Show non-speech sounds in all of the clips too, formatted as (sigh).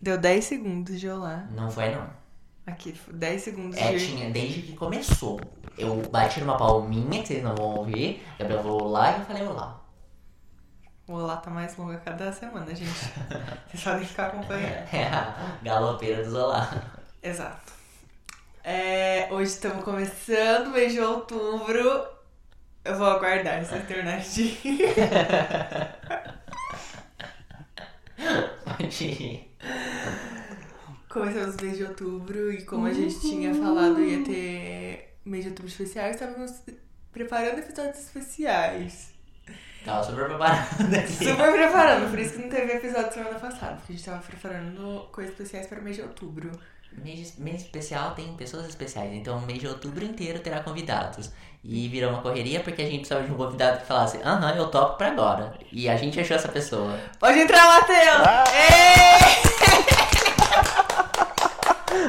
Deu 10 segundos de olá. Não foi, não. Aqui, 10 segundos É, de. tinha desde que começou. Eu bati numa palminha, que vocês não vão ouvir. Gabriel falou lá e eu falei olá. (laughs) O olá tá mais longo a cada semana, gente. Vocês podem ficar acompanhando. É a galopeira dos olá. Exato. É, hoje estamos começando o mês de outubro. Eu vou aguardar vocês terminarem de. Pode ir. Começamos o mês de outubro e como a gente tinha falado ia ter mês de outubro especiais, estávamos preparando episódios especiais. (laughs) Tava super preparado aqui. Super preparando, por isso que não teve episódio semana passada, porque a gente tava preparando coisas especiais para o mês de outubro. Mês, mês especial tem pessoas especiais, então o mês de outubro inteiro terá convidados. E virou uma correria porque a gente precisava de um convidado que falasse, aham, eu topo pra agora. E a gente achou essa pessoa. Pode entrar, Matheus! Ah! Ê!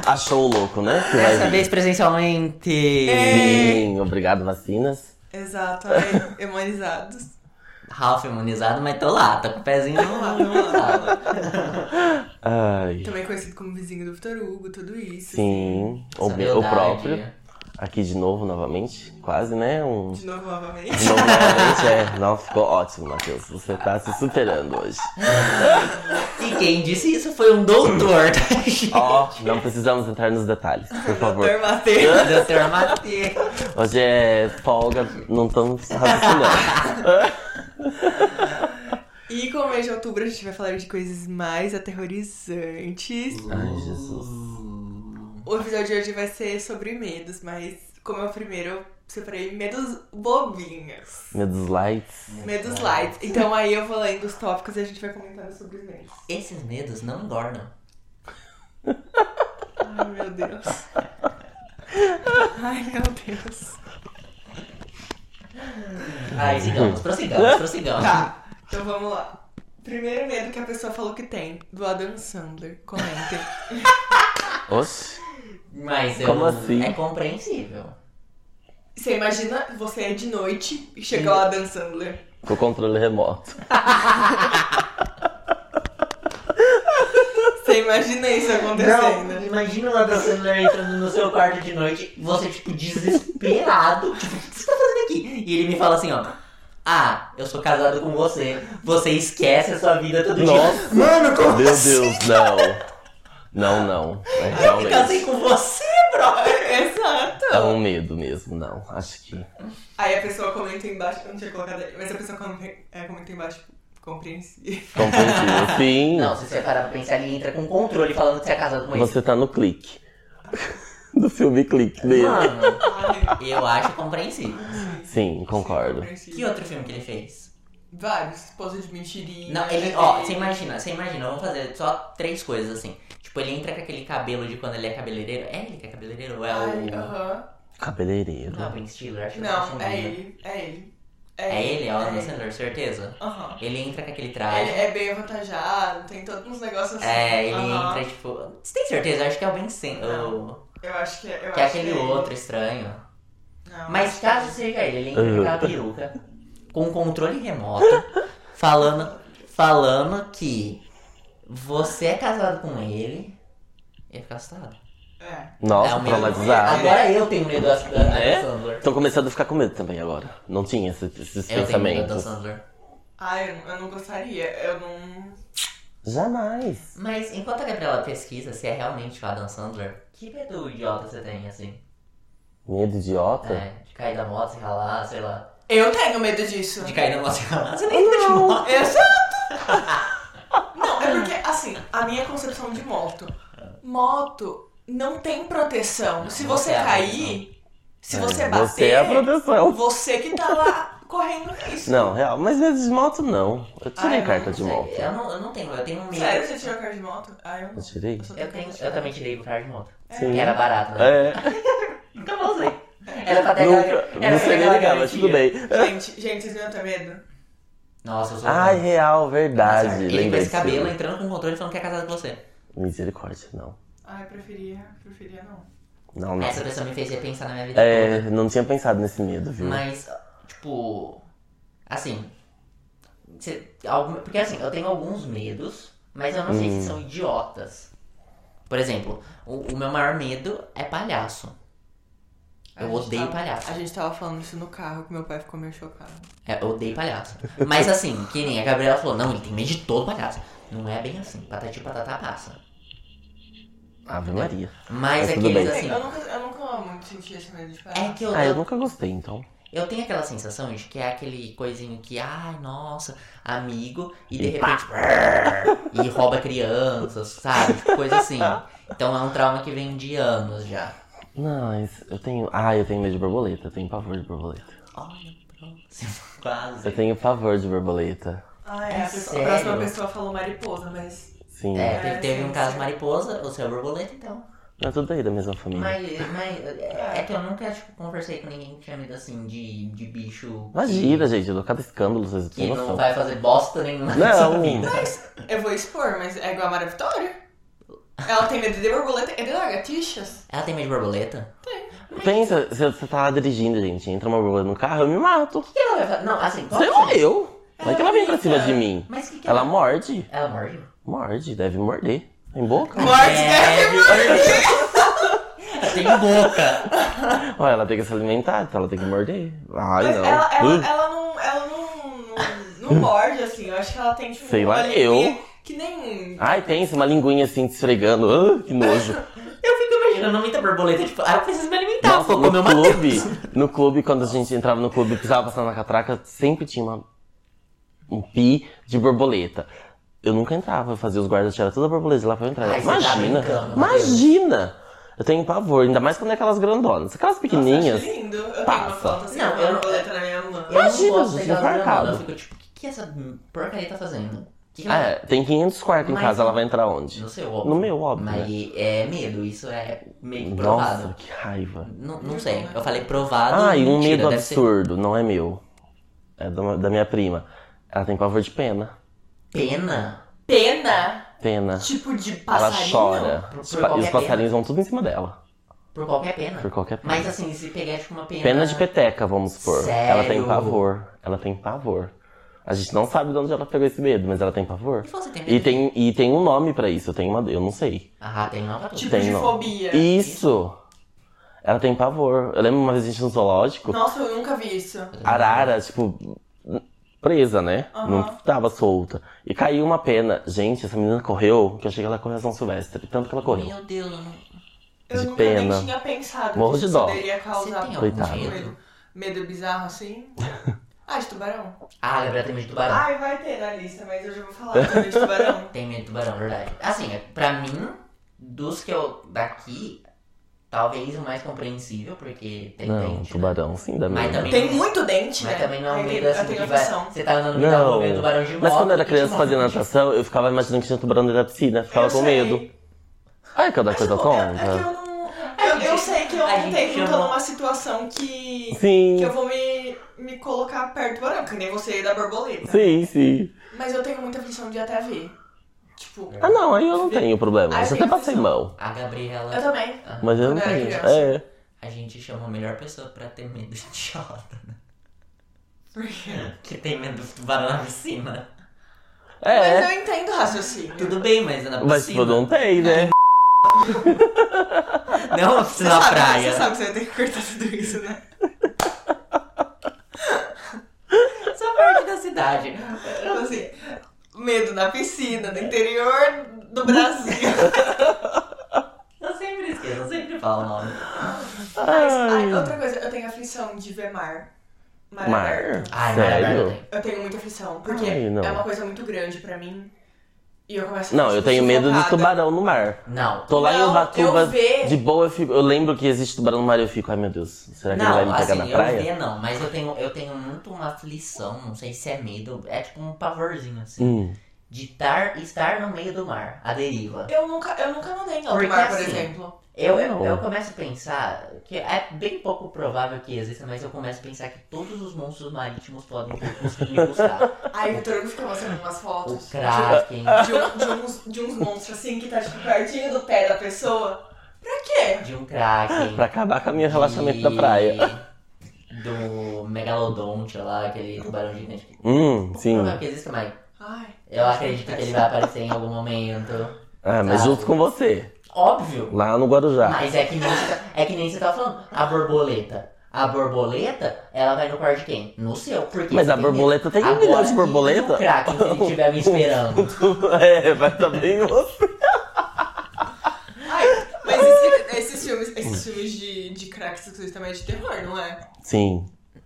Achou o louco, né? Que vai Dessa vir. vez presencialmente. Sim, obrigado, vacinas. Exato, aí, humanizados. Ralph imunizado, mas tô lá, tô com o pezinho no lado. (laughs) Ai, Também conhecido como vizinho do Vitor Hugo, tudo isso. sim, o, Essa o lealdade. próprio. Aqui de novo, novamente. Quase, né? Um... assim. De novo, De novamente. novo, novamente, é. Não, ficou ótimo, Matheus. Você tá se superando hoje. E quem disse isso foi um (laughs) doutor, tá, gente? Ó, não precisamos entrar nos detalhes, por favor. Doutor Matheus. Doutor Matheus. Hoje é folga, não estamos raciocinando. E com o mês de outubro a gente vai falar de coisas mais aterrorizantes. Ai, Jesus. O episódio de hoje vai ser sobre medos, mas como é o primeiro, eu separei medos bobinhos. Medos lights. Medos light. Então aí eu vou lendo os tópicos e a gente vai comentando sobre os medos. Esses medos não engordam. Ai, meu Deus. Ai, meu Deus. Uhum. Ai, sigamos, prossigamos, prossigamos. Tá, então vamos lá. Primeiro medo que a pessoa falou que tem, do Adam Sandler. Comentem. Oxe. Mas eu, Como assim? é compreensível. Você imagina, você é de noite e chega lá Adam Sandler. Com controle remoto. Você imagina isso acontecendo? né? Não, imagina o Adam Sandler entrando no seu quarto de noite, você, tipo, desesperado. Tipo, o que você tá fazendo aqui? E ele me fala assim, ó. Ah, eu sou casado com você. Você esquece a sua vida todo Nossa. dia. Mano, como Meu assim? Deus, não. Não, não. É Eu me casei realmente. com você, (laughs) brother. Exato. É um medo mesmo, não. Acho que. Aí a pessoa comenta embaixo, eu não tinha colocado aí, mas a pessoa come- é, comenta embaixo, compreensível. (laughs) Compreensível. Sim. Não, se você parar pra pensar, ele entra com controle falando que você é casado com ele. Você tá no clique. (laughs) Do filme clique dele. Mano, Ai, eu acho compreensível. Sim, concordo. Que compreensível. outro filme que ele fez? Vários, esposa de mentirinha. né, Não, ele, ó, você imagina, você imagina, vamos fazer só três coisas assim. Tipo, ele entra com aquele cabelo de quando ele é cabeleireiro. É ele que é cabeleireiro ou é Ai, o. aham. Cabeleireiro. Não, é o Ben Stiller, acho que eu tô Não, é confundindo. ele, é ele. É ele, é o Adam ele. Sandler, certeza? Aham. Ele entra com aquele Ele traje. é bem avantajado, tem todos uns negócios assim. É, ele Aham. entra, tipo. Você tem certeza? Eu acho que é o Ben Stiller. Não. o- Eu acho que é. Eu Que é acho aquele que ele. outro estranho. Não, Mas acho que é caso seja ele, ele entra com Uhum. aquela peruca, com controle remoto, falando, falando que você é casado com ele. Ia ficar assustado. ele. É. É Nossa, o mesmo. traumatizado. Agora eu tenho medo da da- da É? Sandler. Estão começando a ficar com medo também agora. Não tinha esse- esses Eu tenho medo da pensamentos. Sandler. Ai, eu não- eu não gostaria. Eu não. Jamais. Mas enquanto a Gabriela pesquisa se é realmente o Adam Sandler, que medo idiota você tem, assim? Medo idiota? É, de cair da moto, se ralar, sei lá. Eu tenho medo disso. (laughs) De cair da moto, se ralar, você nem entra de moto. Exato! Não, é porque, assim, a minha concepção de moto. Moto não tem proteção. Se moto você é a cair, se você bater, Você é a proteção. você que tá lá correndo isso. Não, real. Mas medo de moto, não. Eu tirei Ah, eu carta Não de sei, moto. Eu não, eu não tenho, eu tenho medo. Sério, você tirou a carta de moto? Ah, eu não. Eu tirei? só Eu, tenho, carta de eu também tirei o carro de moto. Sim. Que era barato, né? É. Nunca mais usei. Era pra ter Nunca. aquela- era pra ter Você nem aquela ligava, garantia. tudo bem. Gente, gente, vocês não têm medo? Nossa, eu sou Ai, doido. real, Ele verdade. com Lembrei esse desse cabelo filme. entrando com o controle falando que é casado com você. Misericórdia, não. Ai, preferia, preferia não. Não, não. Essa pessoa me fez repensar na minha vida É, toda. não tinha pensado nesse medo, viu? Mas, tipo. Assim. cê- algum- porque assim, eu tenho alguns medos Mas eu não Hum. sei se são idiotas. Por exemplo, o, o meu maior medo é palhaço. A Eu gente odeio tava- palhaço. A gente tava falando isso no carro, que meu pai ficou meio chocado. É, eu odeio palhaço. Mas assim, que nem a Gabriela falou, não, ele tem medo de todo palhaço. Não é bem assim, patati patata passa. Ave Maria. Mas Mas é que tudo eles bem. assim. Eu nunca, eu nunca muito senti esse medo de palhaço. É que eu, Ah, eu nunca gostei, então. eu tenho aquela sensação de que é aquele coisinho que, ai, nossa, amigo, e de E repente. e rouba crianças, sabe? Tipo, Coisa assim. Então é um trauma que vem de anos já. Não, mas eu tenho. Ah, eu tenho medo de borboleta. Eu tenho pavor de borboleta. Olha o próximo. (laughs) Quase. Eu tenho pavor de borboleta. Ah, é. É a pessoa- sério? a próxima pessoa falou mariposa, mas. Sim. É, É, teve, teve sim, um caso sim. mariposa, o seu borboleta, então. Não é tudo aí da mesma família. Mas, mas é é que eu nunca tipo, conversei com ninguém que tinha medo assim de, de bicho. que- Imagina, gente, eu dou cada escândalo, vocês não Que têm não noção. vai fazer bosta nenhuma na sua Não, vida. Eu vou expor, mas é igual a Maria Vitória. Ela tem medo de borboleta e de lagartixas. Ela tem medo de borboleta? pensa, se você tá lá dirigindo, gente, entra uma borboleta no carro, eu me mato. O que ela vai fazer? Não, assim, qual Sei que- lá, eu. Vai que ela vem pra cima de mim. Mas o que, que Ela ela. morde. Ela morde. Morde, deve morder. Tem boca? Morte, É, né? Ela tem boca. Ó, ela tem que se alimentar, então ela tem que morder. Ai, Mas não. ela, ela, Uh, ela não. Ela não. Não, não morde, assim. Eu acho que ela tem, tipo. Sei lá, uma linguinha eu. Que nem. Ai, pensa, uma linguinha assim, te esfregando. Ah, (laughs) que nojo. (laughs) Eu fico imaginando muita borboleta, tipo, ah, eu preciso me alimentar, Nossa, vou comer no uma clube, no clube, quando a gente entrava no clube e precisava passar na catraca, sempre tinha uma, um pi de borboleta. Eu nunca entrava, eu fazia os guardas tirar toda a borboleta de lá pra eu entrar. Ai, você tá imagina, brincando, meu Deus. imagina! Eu tenho pavor, ainda mais quando é aquelas grandonas. Aquelas Nossa, pequenininhas, acho lindo. Eu tenho uma Passa. foto assim, Não, com eu- uma borboleta na minha mão. Eu não Imagina, gosto gente, daquela marcado. granada. Eu fico, tipo, o que, que essa porcaria tá fazendo? O Que que Ah, ela- é, tem 500 quartos em Mas- casa, ela vai entrar onde? No seu óbvio. No meu, óbvio. né? Mas é medo, isso é meio que provado. Nossa, que raiva. Não, não sei, eu falei provado. Ah, e um mentira, medo deve ser absurdo, não é meu. É da, da minha prima. Ela tem pavor de pena. Pena? Pena? Pena. Tipo de Ela passarinho? chora. Por- Os por pa- e qualquer os passarinhos vão tudo em cima dela. Por qualquer pena. Por qualquer pena. Mas assim, se pegar tipo uma pena. Pena de peteca, vamos supor. Sério? Ela tem pavor. Ela tem pavor. A gente não sabe de onde ela pegou esse medo, mas ela tem pavor. E você tem medo? E tem, e tem um nome pra isso. Eu, tenho uma, eu não sei. Ah, tem nova tudo. Tipo Tem de nome. fobia. Isso! Ela tem pavor. Eu lembro uma vez a gente no zoológico, Nossa, eu nunca vi isso. arara, tipo, presa, né? Aham. Não tava solta. E caiu uma pena. Gente, essa menina correu, que eu achei que ela correu a São Silvestre. Tanto que ela correu. Meu Deus, eu não. Eu De nunca pena. nem tinha pensado Morro que de isso dó. poderia causar Você tem algum Coitado. medo? medo bizarro (laughs) assim. Ah, de tubarão? Ah, a Gabriela tem medo de tubarão. Ai, vai ter na lista, mas eu já vou falar também de tubarão. Tem medo de tubarão, verdade. Assim, é- pra mim, dos que eu. daqui, talvez o mais compreensível, porque tem Não, dente. né? tubarão, sim, da Mas minha. (laughs) também- Tem muito dente, né? Mas também não é um Aí medo eu assim tenho que vai. opção. Você tá andando no Não, metal vendo tubarão de moto. mas quando eu era e te criança morre. fazia natação, eu ficava imaginando que tinha um tubarão dentro da piscina, ficava Eu com sei. medo. Ai, cada Mas, coisa tipo, é- é que tonta. eu não- Eu, eu sei que eu A não gente tenho chama- numa situação que. Sim, Que eu vou me, me colocar perto do tubarão, que nem você é da borboleta. sim, sim. Mas eu tenho muita aflição de até ver. Tipo, Ah, não, aí eu não tenho problema. Ai, Isso eu tem até passei mal. A Gabriela. eu também. Mas eu não um Quando eu era tenho. criança. É. A gente chama a melhor pessoa pra ter medo de idiota, né? Que tem medo do tubarão na piscina. É. Mas eu entendo o raciocínio. Tudo bem, mas é na Mas piscina. tipo, um não tem, né? Não na Você piscina na sabe, praia. Você sabe que você vai ter que cortar tudo isso, né? Só parte da cidade. Então, assim, medo na piscina, no interior do Brasil. (laughs) Eu sempre esqueço, eu sempre falo o nome. Mas, ai, Ai. outra coisa, eu tenho aflição de ver mar. Mar. Mar? aberto. Ai, Sério? Mara, Eu tenho muita aflição, porque Ai, não. é uma coisa muito grande pra mim. E eu começo a Não, ficar, eu tipo, tenho medo de sufocada. tubarão no mar. Não. Tô lá em Não, eu Ubatuba, vejo. de boa eu fico. Eu lembro que existe tubarão no mar e eu fico, ai meu Deus, será que ele Não, vai me pegar assim, na eu praia? ver não, mas eu tenho, eu tenho muito uma aflição, não sei se é medo, é tipo um pavorzinho, assim. Hum. De tar, estar no meio do mar, à deriva. Eu nunca, eu nunca nadei em alto Porque mar, por assim, exemplo. Eu, eu, Não. eu começo a pensar que é bem pouco provável que exista, mas eu começo a pensar que todos os monstros marítimos podem me (laughs) buscar. Ai, Vitor, eu fica mostrando umas O fotos. Kraken, de, um- de uns, de uns monstros assim que tá tipo pertinho do pé da pessoa. Pra quê? de um (laughs) Kraken. Pra acabar com o meu de- relaxamento da praia. Do Megalodonte lá, aquele tubarão gigante. Hum, Não sim. provável que exista, mas Ai. Eu acredito que ele vai aparecer em algum momento. É, mas Tá. junto com você. Óbvio. Lá no Guarujá. Mas é que nem você, tá- é que nem você tava falando. A borboleta. A borboleta, ela vai no quarto de quem? No seu. Porque Mas você a borboleta tem Agora, milhões de e borboleta. O craque, se ele estiver me (laughs) esperando. (laughs) é, vai também você. Ai, mas esse- esses filmes, esses filmes de, de craques sexuais também é de terror, não é? Sim.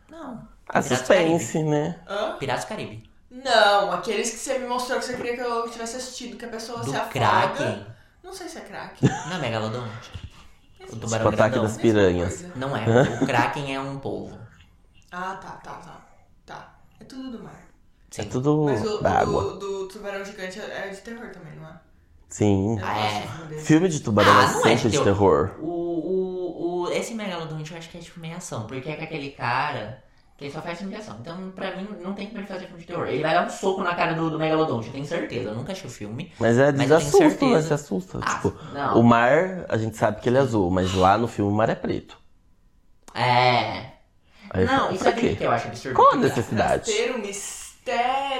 Não. tá A suspense, né? Hã? Piratas do Caribe. Não, aqueles que você me mostrou que você queria que eu tivesse assistido, que a pessoa Do se afoga. Kraken. Não sei se é crack. Não é megalodonte. O tubarão Espetáculo grandão. das piranhas. Não é. O Kraken é um polvo. Ah, tá, tá, tá. Tá. É tudo do mar. É Sim. tudo Mas o da água. do, do tubarão gigante é de terror também, não é? Sim. Eu Ah, é. gosto desse. Filme de tubarão Ah, é não é sempre de de terror. O, o, o, esse megalodonte eu acho que é tipo meia ação, porque é com aquele cara que ele só faz filme de ação. Então, pra mim, não tem como ele fazer filme de terror. Ele vai dar um soco na cara do, do megalodonte, eu tenho certeza. Eu nunca achei o filme. Mas Mas eu é de tenho assusto, né? certeza. Se assusta. Ah, tipo, não. o mar, a gente sabe que ele é azul, mas lá no filme o mar é preto. É. Aí eu não, falo, isso é pra aqui quê? que eu acho absurdo. Qual a Porque- necessidade? Ter um mistério.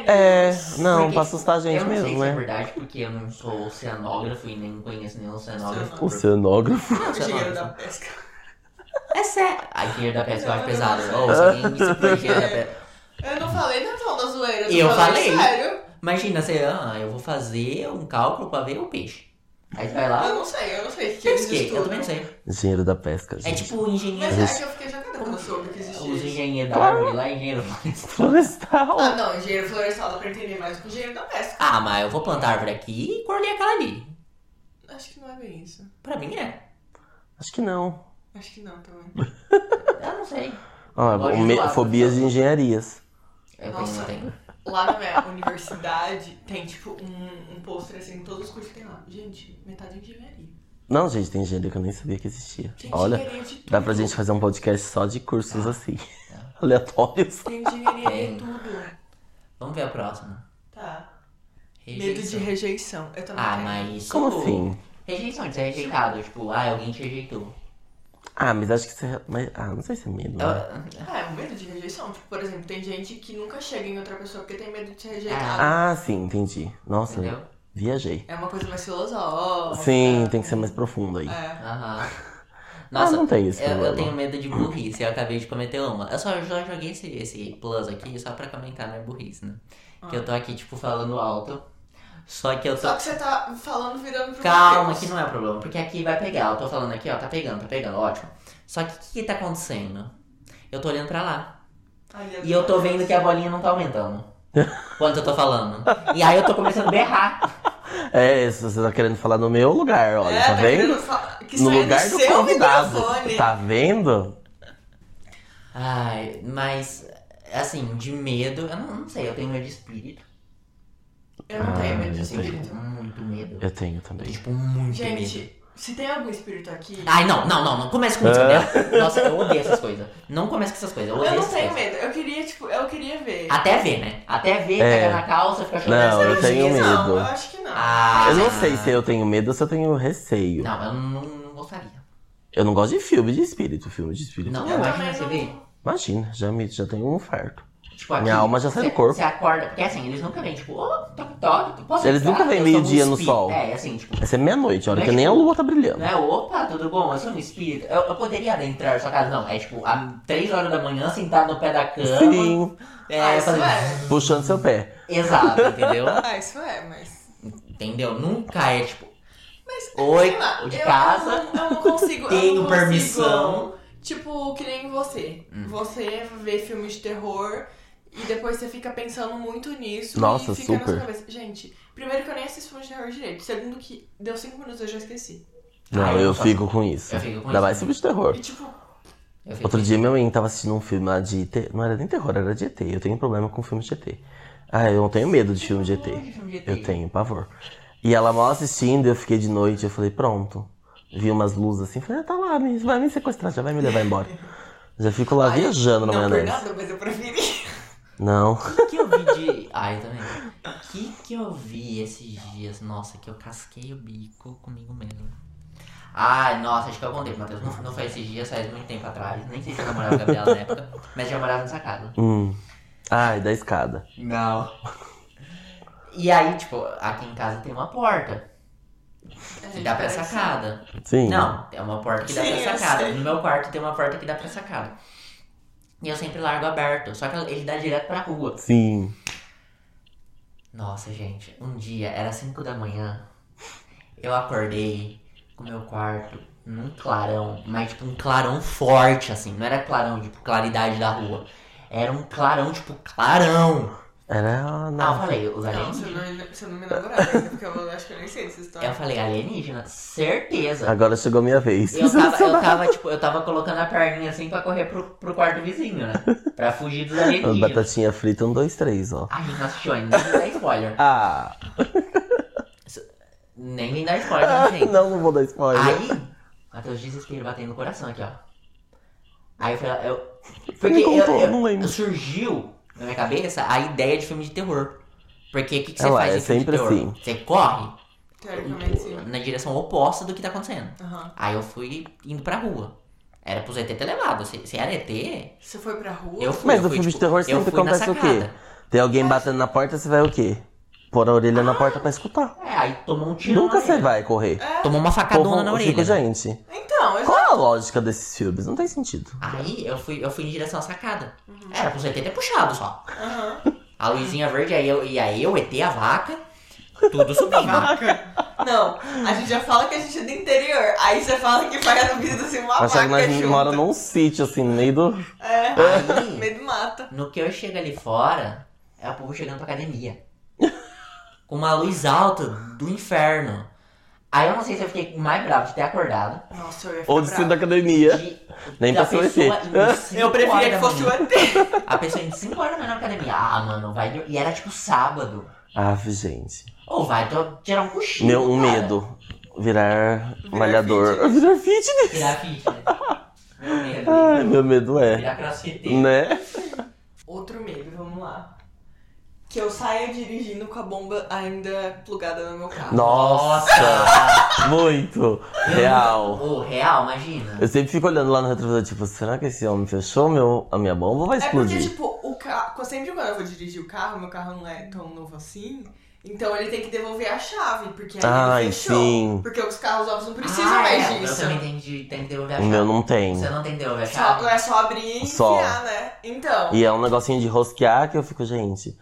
É, não, porque pra assustar a gente eu não sei mesmo, se é né? verdade, porque eu não sou oceanógrafo e nem conheço nenhum oceanógrafo. O cenógrafo. Não, Engenheiro da oceanógrafo. pesca. É sério. A engenheiro da pesca eu acho pesado. (laughs) Ou se alguém me cita engenheiro da pesca. Eu não falei na tal da zoeira. Eu falei. Sério? Imagina, você, ah, eu vou fazer um cálculo pra ver o peixe. Aí você vai Eu lá. não sei, eu não sei o que, que Ah. Eu, eles esquei, eu estudam. também não sei. Engenheiro da pesca, É gente. tipo engenheiro. Mas é que eu fiquei jogada quando eu soube que existia Os isso. engenheiros da árvore lá, engenheiro florestal. (laughs) Florestal. Ah, não, engenheiro florestal dá pra entender mais do que engenheiro da pesca. Ah, mas eu vou plantar árvore aqui e cortei aquela ali. Acho que não é bem isso. Pra mim é. Acho que não. Acho que não também. Eu não sei. Ó, Eu gosto de me- zoar, fobias de pessoal. engenharias. Eu Nossa. tenho, eu tenho. Lá na (laughs) minha universidade tem, tipo, um, um pôster assim, todos os cursos que tem lá. Gente, metade é engenharia. Não, gente, tem engenharia que eu nem sabia que existia. Tem Olha, engenharia de tudo. Ah, é. dá pra gente fazer um podcast só de cursos assim, (laughs) aleatórios. Tem engenharia Tem. de tudo. Vamos ver a próxima. Tá. Medo de Rejeição. rejeição. Eu também Ah, tenho. mas isso. Como assim? Rejeição de ser rejeitado. Tipo, ah, alguém te rejeitou. Ah, mas acho que você. Mas, ah, não sei se é medo. né? Eu- Ah, é um medo de rejeição. Tipo, por exemplo, tem gente que nunca chega em outra pessoa porque tem medo de ser rejeitado. Ah, sim, entendi. Nossa, Entendeu? viajei. É uma coisa mais filosófica. Sim, tem que ser mais profundo aí. É. Aham. (laughs) Nossa, Ah, não tem esse eu, eu problema. tenho medo de burrice, eu acabei de cometer uma. Eu só, eu só joguei esse, esse plus aqui só pra comentar minha burrice, né? Que eu tô aqui, tipo, falando alto. Só que eu tô. Só que você tá falando virando pro (laughs) Calma, Mateus. que não é problema, porque aqui vai pegar. Eu tô falando aqui, ó, tá pegando, tá pegando, ótimo. Só que o que, que tá acontecendo? Eu tô olhando pra lá. Ai, E eu tô vendo que a bolinha não tá (laughs) aumentando. Quanto eu tô falando. E aí eu tô começando a berrar. É, isso, você tá querendo falar no meu lugar, olha, É, tá, tá vendo? querendo falar- que no saia do lugar do seu convidado. microfone. Tá vendo? Ai, mas assim, de medo, eu não, não sei, eu tenho medo de espírito. É, Eu não tenho medo Ah, de eu espírito. Tenho muito medo. Eu tenho também. Tipo, muito medo. Gente, se tem algum espírito aqui. Ai, não, não, não, não começa com isso, (laughs) Gabriel. Nossa, eu odeio essas coisas. Não começa com essas coisas, eu Eu odeio não essas tenho coisas. medo. Eu queria, tipo, eu queria ver. Até ver, né? Até ver, É. pegar na calça, ficar chorando. Não, eu Sim. tenho Acho que Não, medo. eu acho que não. Ah. Eu não sei se eu tenho medo ou se eu tenho receio. Não, eu não, não gostaria. Eu Eu não gosto de filme de espírito. Filme de espírito. Não, Eu não. imagina também você não. ver. Imagina, já, me, já tenho um infarto. Tipo, aqui, Minha alma já sai do corpo. Você acorda, porque assim, eles nunca vêm, tipo, ô, toque, toque, posso Eles entrar? nunca vêm Eu sou um meio-dia no espírito. sol. É, assim, tipo, Essa é meia-noite, a hora Mas, que nem a tipo, lua tá brilhando. não é, opa, tudo bom, eu sou um espírito. Eu, eu poderia adentrar na sua casa, não. É tipo, às 3 horas da manhã, sentado no pé da cama. Sim, É, Ah, isso fazendo- é. puxando seu pé. Exato, entendeu? Ah, isso é, mas. entendeu? Nunca é, tipo, Mas. Oi, sei lá, de eu- casa. Eu, não- eu não consigo. eu Tenho não consigo, permissão. Hum. Tipo, que nem você. Você vê filmes de terror e depois você fica pensando muito nisso. Nossa, e fica na sua super. cabeça. Gente, primeiro que eu nem assisto filmes de terror direito. Segundo que deu cinco minutos eu já esqueci. Não, Ah, eu eu, não faço. fico com isso. Eu fico com Ainda isso mais também. filme de terror. E tipo, eu fico- Outro dia minha mãe tava assistindo um filme lá de ET. Não era nem terror, era de ET. Eu tenho problema com filme de ET. Ah, eu não tenho medo de filme de ET. Ai, filme de ET. Eu tenho, pavor. E ela mal assistindo, eu fiquei de noite, eu falei, pronto. Vi umas luzes assim, falei, ah, tá lá, me- vai me sequestrar, já vai me levar embora. Já fico lá viajando na não por maionese. nada, mas eu preferi. Não. que eu vi de. Ai, também. O que, que eu vi esses dias? Nossa, que eu casquei o bico comigo mesmo. Ai, nossa, acho que eu contei, Matheus. Não, não foi esses dias, faz muito tempo atrás. Nem sei se eu namorava com a Gabriela na época, mas já morava nessa casa. Hum. Ai, da escada. Não. (laughs) E aí, tipo, aqui em casa tem uma porta A que gente (laughs) dá pra parece- sacada. Sim. Não, é uma porta que dá Sim, pra eu sacada. sei. No meu quarto tem uma porta que dá pra sacada. E eu sempre largo aberto, só que ele dá direto pra rua. Sim. Nossa, gente, um dia, era 5 da manhã, eu acordei com o meu quarto num clarão, mas tipo um clarão forte, assim, não era clarão, tipo, claridade da rua. Era um clarão, tipo, clarão. Era Ah, eu na. falei, os Não, alienígenas. se eu não, se eu não me namorar, porque eu acho que eu nem sei dessa história. Eu falei, alienígena, certeza. Agora chegou minha vez. Eu tava, eu tava, tipo, eu tava colocando a perninha assim pra correr pro, pro quarto vizinho, né? Pra fugir dos alienígenas. Batatinha frita, um, dois, três, ó. Ai, gente, não assistiu ainda, nem dá spoiler. Ah, Nem me dá spoiler, não, gente. Ah, não, não vou dar spoiler. Aí, Matheus desespero batendo no coração aqui, ó. Aí eu falei, eu. Porque eu, contou, eu- não lembro. surgiu na minha cabeça a ideia de filme de terror. Porque o que, que você Ela faz é em filme sempre de terror? assim. Você corre Teoricamente, sim. na direção oposta do que tá acontecendo. Aham. Aí eu fui indo pra rua. Era pro ZT ter levado. Se, se era ET, Você foi pra rua? eu fui. Mas eu no fui, filme de tipo, terror eu sempre fui na acontece o quê? sacada. Tem alguém batendo na porta, você vai o quê? Pôr a orelha na porta pra escutar. É, aí tomou um tiro. Nunca na você orelha. vai correr. Tomou uma O povo facadona na orelha. fica, né? gente. Então, eu Qual já... é a lógica desses filmes? Não tem sentido. Aí eu fui, eu fui em direção à sacada. Era pro ZT ter puxado só. Aham. A luzinha verde, aí eu, e aí eu, ET, a vaca, (laughs) tudo subindo. Não, a gente já fala que a gente é do interior. Aí você fala que faz a vida assim, uma Mas só que vaca nós junto. moramos num sítio, assim, no meio do... Tá É, Aí- no meio do mata. No que eu chego ali fora, é o povo chegando pra academia. Com uma luz alta do inferno. Aí eu não sei se eu fiquei mais bravo de ter acordado. Nossa, eu ia ficar Ou de cima da brava. academia. De, Nem da passou pessoa ET. indo cinco Eu preferia horas que da fosse o manhã. ET. A pessoa indo 5 horas da manhã na academia. Ah, mano, vai. dor- E era tipo sábado. Ave, gente. Ou vai to- tirar um cochilo. Meu, um cara. medo. Virar Virar malhador. fitness. (laughs) Virar fitness. Tirar fitness. Meu medo. Ai, meu medo é. Virar crossfiteiro. Né? Outro medo, vamos lá. Que eu saia dirigindo com a bomba ainda plugada no meu carro. Nossa. Muito. Real. Ô, real, imagina. Eu sempre fico olhando lá no retrovisor, tipo, será que esse homem fechou meu, a minha bomba ou vai É porque, explodir? tipo, o carro. Sempre quando eu vou dirigir o carro, meu carro não é tão novo assim. Então ele tem que devolver a chave, porque aí Ai, ele fechou. sim. Porque os carros novos não precisam Ah, mais é, disso. Eu também tenho que, tenho que devolver a o chave. meu não tem. Você não tem que devolver a chave? Só, é só abrir e Só. enfiar, né? Então. E é um negocinho de rosquear que eu fico, gente.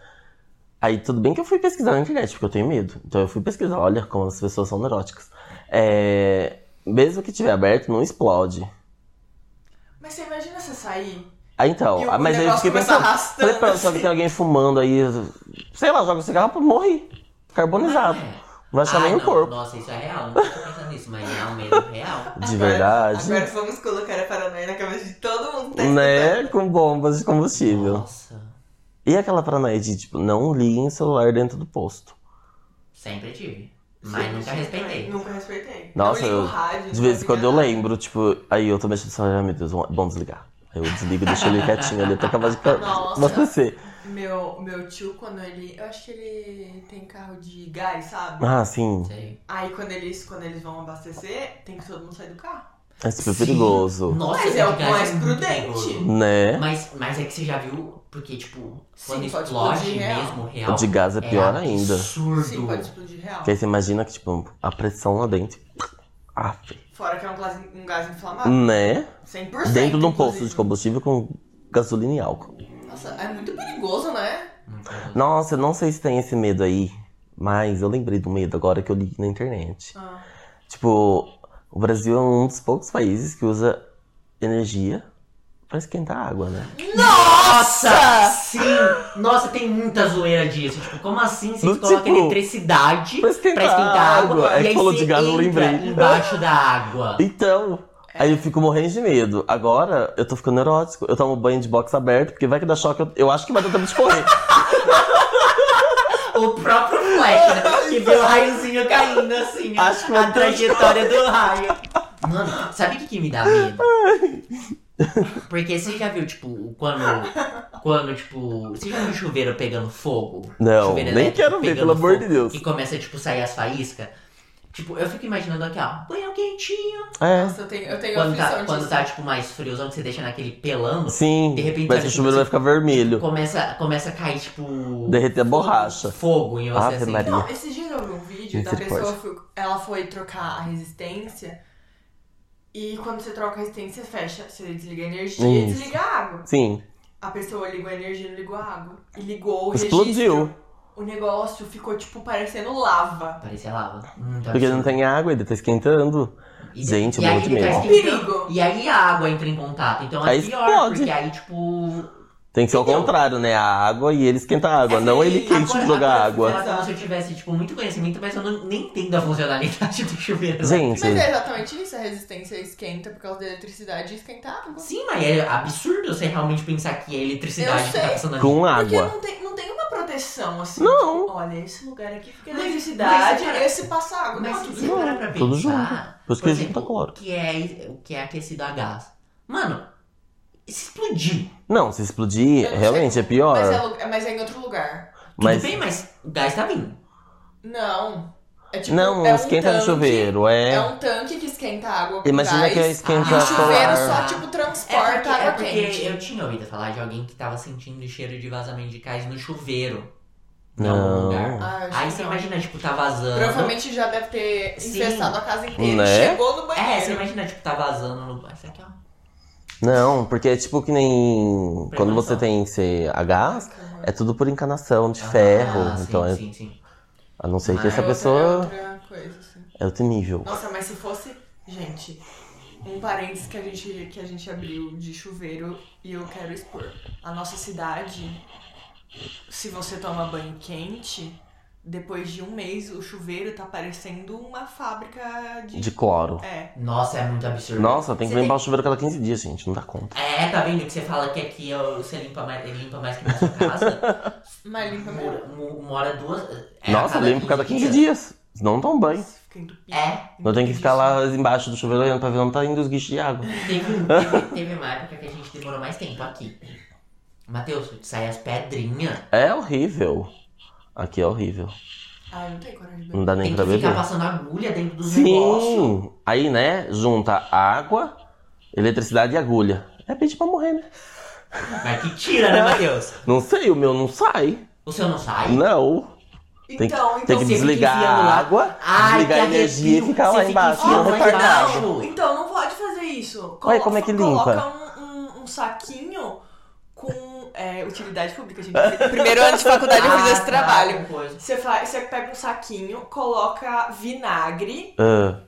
Aí tudo bem que eu fui pesquisar na internet, porque eu tenho medo. Então eu fui pesquisar, olha como as pessoas são neuróticas. É, Mesmo que tiver aberto, não explode. Mas você imagina você sair Ah, então. e o ah, mas aí eu negócio fiquei começa assim. pensando. arrastando. Falei, pronto, só que tem alguém fumando aí. Sei lá, joga o cigarro pra morrer. Carbonizado. Ah, é. Não vai achar nem Ai, o não. corpo. Nossa, isso é real. Não tô pensando nisso, mas é um medo real. De Agora- verdade. assim. Agora vamos colocar a paranoia na cabeça de todo mundo que tá escutando. Né? Com bombas de combustível. Nossa. E aquela paranoia de, tipo, não liguem o celular dentro do posto. Sempre tive. Mas nunca respeitei. Nunca respeitei. Nossa, não ligo eu- rádio, De não vez em ligo quando eu nada. lembro, tipo, aí eu tô mexendo no celular, ai, meu Deus, vamos vamos desligar. Aí eu desligo, deixo ele quietinho ali, até acabar de ca- Nossa. abastecer. Meu, meu tio, quando ele. Eu acho que ele tem carro de gás, sabe? Ah, sim, Sei. Aí quando eles, quando eles vão abastecer, tem que todo mundo sair do carro. é super Sim. perigoso. Nossa, Mas é o esse gás mais assim, muito prudente. perigoso. Né? Mas, mas é que você já viu, porque, tipo, Sim, quando pode explode explodir real. mesmo O real. de gás é pior ainda. Absurdo. Sim, pode explodir real. Porque aí você imagina que, tipo, a pressão lá dentro. Aff. Fora que é um gás, um gás inflamável. Né? 100%. Dentro de um posto inclusive. de combustível com gasolina e álcool. Nossa, é muito perigoso, né? Muito perigoso. Nossa, eu não sei se tem esse medo aí, mas eu lembrei do medo agora que eu li na internet. Ah, Tipo, o Brasil é um dos poucos países que usa energia pra esquentar a água, né? Nossa! Sim! Nossa, tem muita zoeira disso. Tipo, como assim vocês Do colocam tipo, eletricidade (laughs) pra pra esquentar esquentar, a a água, água? É e que aí falou você de gás, eu entra É. lembrei. embaixo da água? Então, aí eu fico morrendo de medo. Agora, eu tô ficando neurótico. Eu tomo banho de box aberto, porque vai que dá choque. Eu, eu acho que vai dar tempo (laughs) de correr. O próprio Flash, (laughs) né? Que vê o raiozinho caindo assim, Acho que a vai ter- trajetória do (laughs) raio. Mano, sabe o que, que me dá medo? Porque você já viu, tipo, quando. Quando, tipo. Você já viu chuveiro pegando fogo? Não, Chuveiro nem elétrico quero ver, pegando pelo amor fogo, de Deus. Que começa, tipo, a sair as faíscas. Tipo, eu fico imaginando aqui, ó, banho quentinho. É. Nossa, eu tenho, eu tenho Quando aflição tá, quando disso. tá, tipo, mais friozão, que você deixa naquele pelando, Sim, De repente, mas sabe, o tipo, chuveiro você- vai ficar vermelho. começa, começa a cair, tipo. Derreter a borracha. Fogo em você Ave assim. Maria. Não, esses dias eu vi um vídeo da pessoa, Misericórdia. foi- ela foi trocar a resistência e quando você troca a resistência, você fecha, você desliga a energia e Isso. desliga a água. Sim. A pessoa ligou a energia e não ligou a água. E ligou o Explodiu. registro. O negócio ficou, tipo, parecendo lava. Parecia lava. Hum, tá Porque não absurdo. tem água, ele tá esquentando. E- Gente, é e eu aí morro de ele tá medo. esquentando, Perigo. E aí a água entra em contato. Então é Aí pior, explode. porque aí, tipo, Tem que ser ao Entendeu? contrário, né? A água e ele esquenta a água. É, não e ele quente Agora- jogar agora, água. Sei lá, como se eu tivesse, tipo, muito conhecimento, mas eu não, nem entendo a funcionalidade (laughs) do chuveiro. Gente, Mas é exatamente isso, a resistência esquenta por causa da eletricidade e esquenta a água. Sim, mas é absurdo você realmente pensar que é eletricidade Eu que tá sei. passando ali. com Porque água. não tem, não tem uma proteção, assim. Não. tipo, Olha, esse lugar aqui fica Mas- eletricidade, é mas- esse passa água. Mas Não, se tudo você bem. parar pra pensar, tudo junto. Por isso que a gente exemplo, tá cloro. o que é o que é aquecido a gás. Mano, se explodir, Não, se explodir, Eu não realmente sei. é pior. Mas é, lu- é- mas é em outro lugar. tudo Mas bem, mas o gás tá vindo. Não. É tipo, não, é um esquenta tanque, no chuveiro. É. É. um tanque que esquenta a água com Imagina gás, que é E esquenta o Ah. chuveiro solar. só, tipo, É porque, transporta é água porque quente. eu tinha ouvido falar de alguém que tava sentindo cheiro de vazamento de gás no chuveiro. Em algum Não. lugar. Ah, eu acho Aí que você não. imagina, tipo, tá vazando. Provavelmente já deve ter Sim. infestado a casa inteira. Né? e Chegou no É, você banheiro. imagina, tipo, tá vazando no. Isso aqui, ó. Não, porque é tipo que nem. Quando você Premonição. tem que ser a gás, é tudo por encanação de Ah, ferro. sim, então, é- sim, sim. a não ser que Ah, É essa outra- pessoa. é outra coisa, assim. É outro nível. Nossa, mas se fosse, gente, um parênteses que a gente, que a gente abriu de chuveiro e eu quero expor. A nossa cidade, se você toma banho quente, depois de um mês o chuveiro tá parecendo uma fábrica de. De cloro. É. Nossa, é muito absurdo. Nossa, tem que Você limpar o chuveiro a cada 15 dias, gente. Não dá conta. É, tá vendo que você fala que aqui ó, você limpa mais, ele limpa mais que na sua casa? Mas limpa melhor. Mora- mo- Mora duas. é, a Nossa, limpo a cada 15 dias. Não tão banho. Fica entupido. É, Não tem que ficar lá embaixo do chuveiro olhando pra ver onde tá indo os guichos de água. teve, um, teve, teve uma época que a gente demorou mais tempo aqui. Matheus, sai as pedrinhas. É horrível. Aqui é horrível. Ah, eu não tenho coragem de Não beber. dá Tem nem que pra beber. ficar passando agulha dentro dos negócios. Sim! Aí, né, junta água, eletricidade e agulha. É pedir pra morrer, né? Mas que tira, né, Matheus? Não sei, o meu não sai. O seu não sai? Não. Tem que, Então, tem então. você fica que desligar enfiando a lá. água, Ai, desligar a que energia e arrepio. ficar Você lá fica embaixo, enfiando não lá retardado. embaixo. Então não pode fazer isso. Olha como é que limpa. Coloca um, um- um saquinho com é, utilidade pública, gente. (laughs) Primeiro ano de faculdade eu fiz Ah, esse tá, trabalho. coisa. Você, faz, você pega um saquinho, coloca vinagre Ah,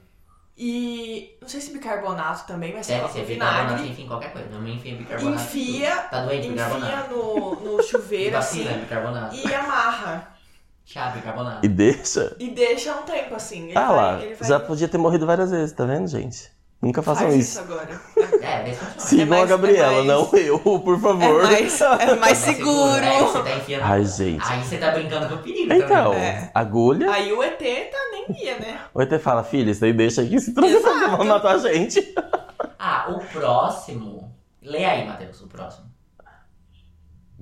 e. Não sei se bicarbonato também, mas você É, Deve coloca ser bicarbonato, vinagre, enfim, qualquer coisa. Minha mãe enfia bicarbonato. Enfia- Tá doente, bicarbonato. enfia no, no chuveiro assim Vacina, bicarbonato. e amarra. Chá, bicarbonato. e deixa. E deixa um tempo assim. Ele Ah vai- lá, ele vai- já podia ter morrido várias vezes, tá vendo, gente? Nunca faz façam isso. agora. É, vê se funciona. Sigam mais- a Gabriela, é mais- não eu, por favor. (laughs) é Vai ser É, você tá enfiando... Ai, gente. Aí você tá brincando com o perigo Então, também. né? É. agulha. Aí o ET tá nem ia, Ah. né? O ET fala, filha, isso aí deixa aqui, (laughs) se trouxer pra cá, vão matar a gente. Ah, o próximo... Lê aí, Matheus, o próximo.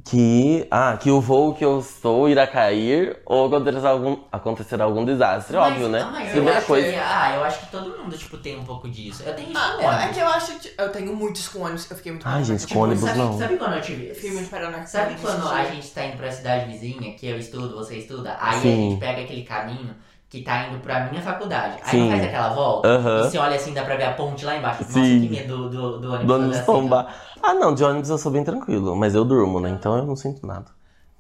Que, ah, que o voo que eu estou irá cair ou acontecerá algum, acontecerá algum desastre, óbvio, né? Ah, mas eu Primeira acho coisa. que- ah, eu acho que todo mundo, tipo, tem um pouco disso. Eu tenho isso Ah, com eu- é ônibus. que eu acho. que- Eu tenho muitos com ônibus. Eu fiquei muito Ai, gente, paranoica. com ônibus sabe, não. Sabe quando eu Eu fiquei muito tive... paranoica. Sabe quando a gente tá indo pra cidade vizinha, que eu estudo, você estuda? Aí a Sim. gente pega aquele caminho que tá indo pra minha faculdade. Aí Sim. faz aquela volta. Aham. E você olha assim, dá pra ver a ponte lá embaixo. Nossa, Sim. que medo do, do, do ônibus. Do ônibus fazer assim, tombar. Ah, não, de ônibus eu sou bem tranquilo, mas eu durmo, né? Então eu não sinto nada.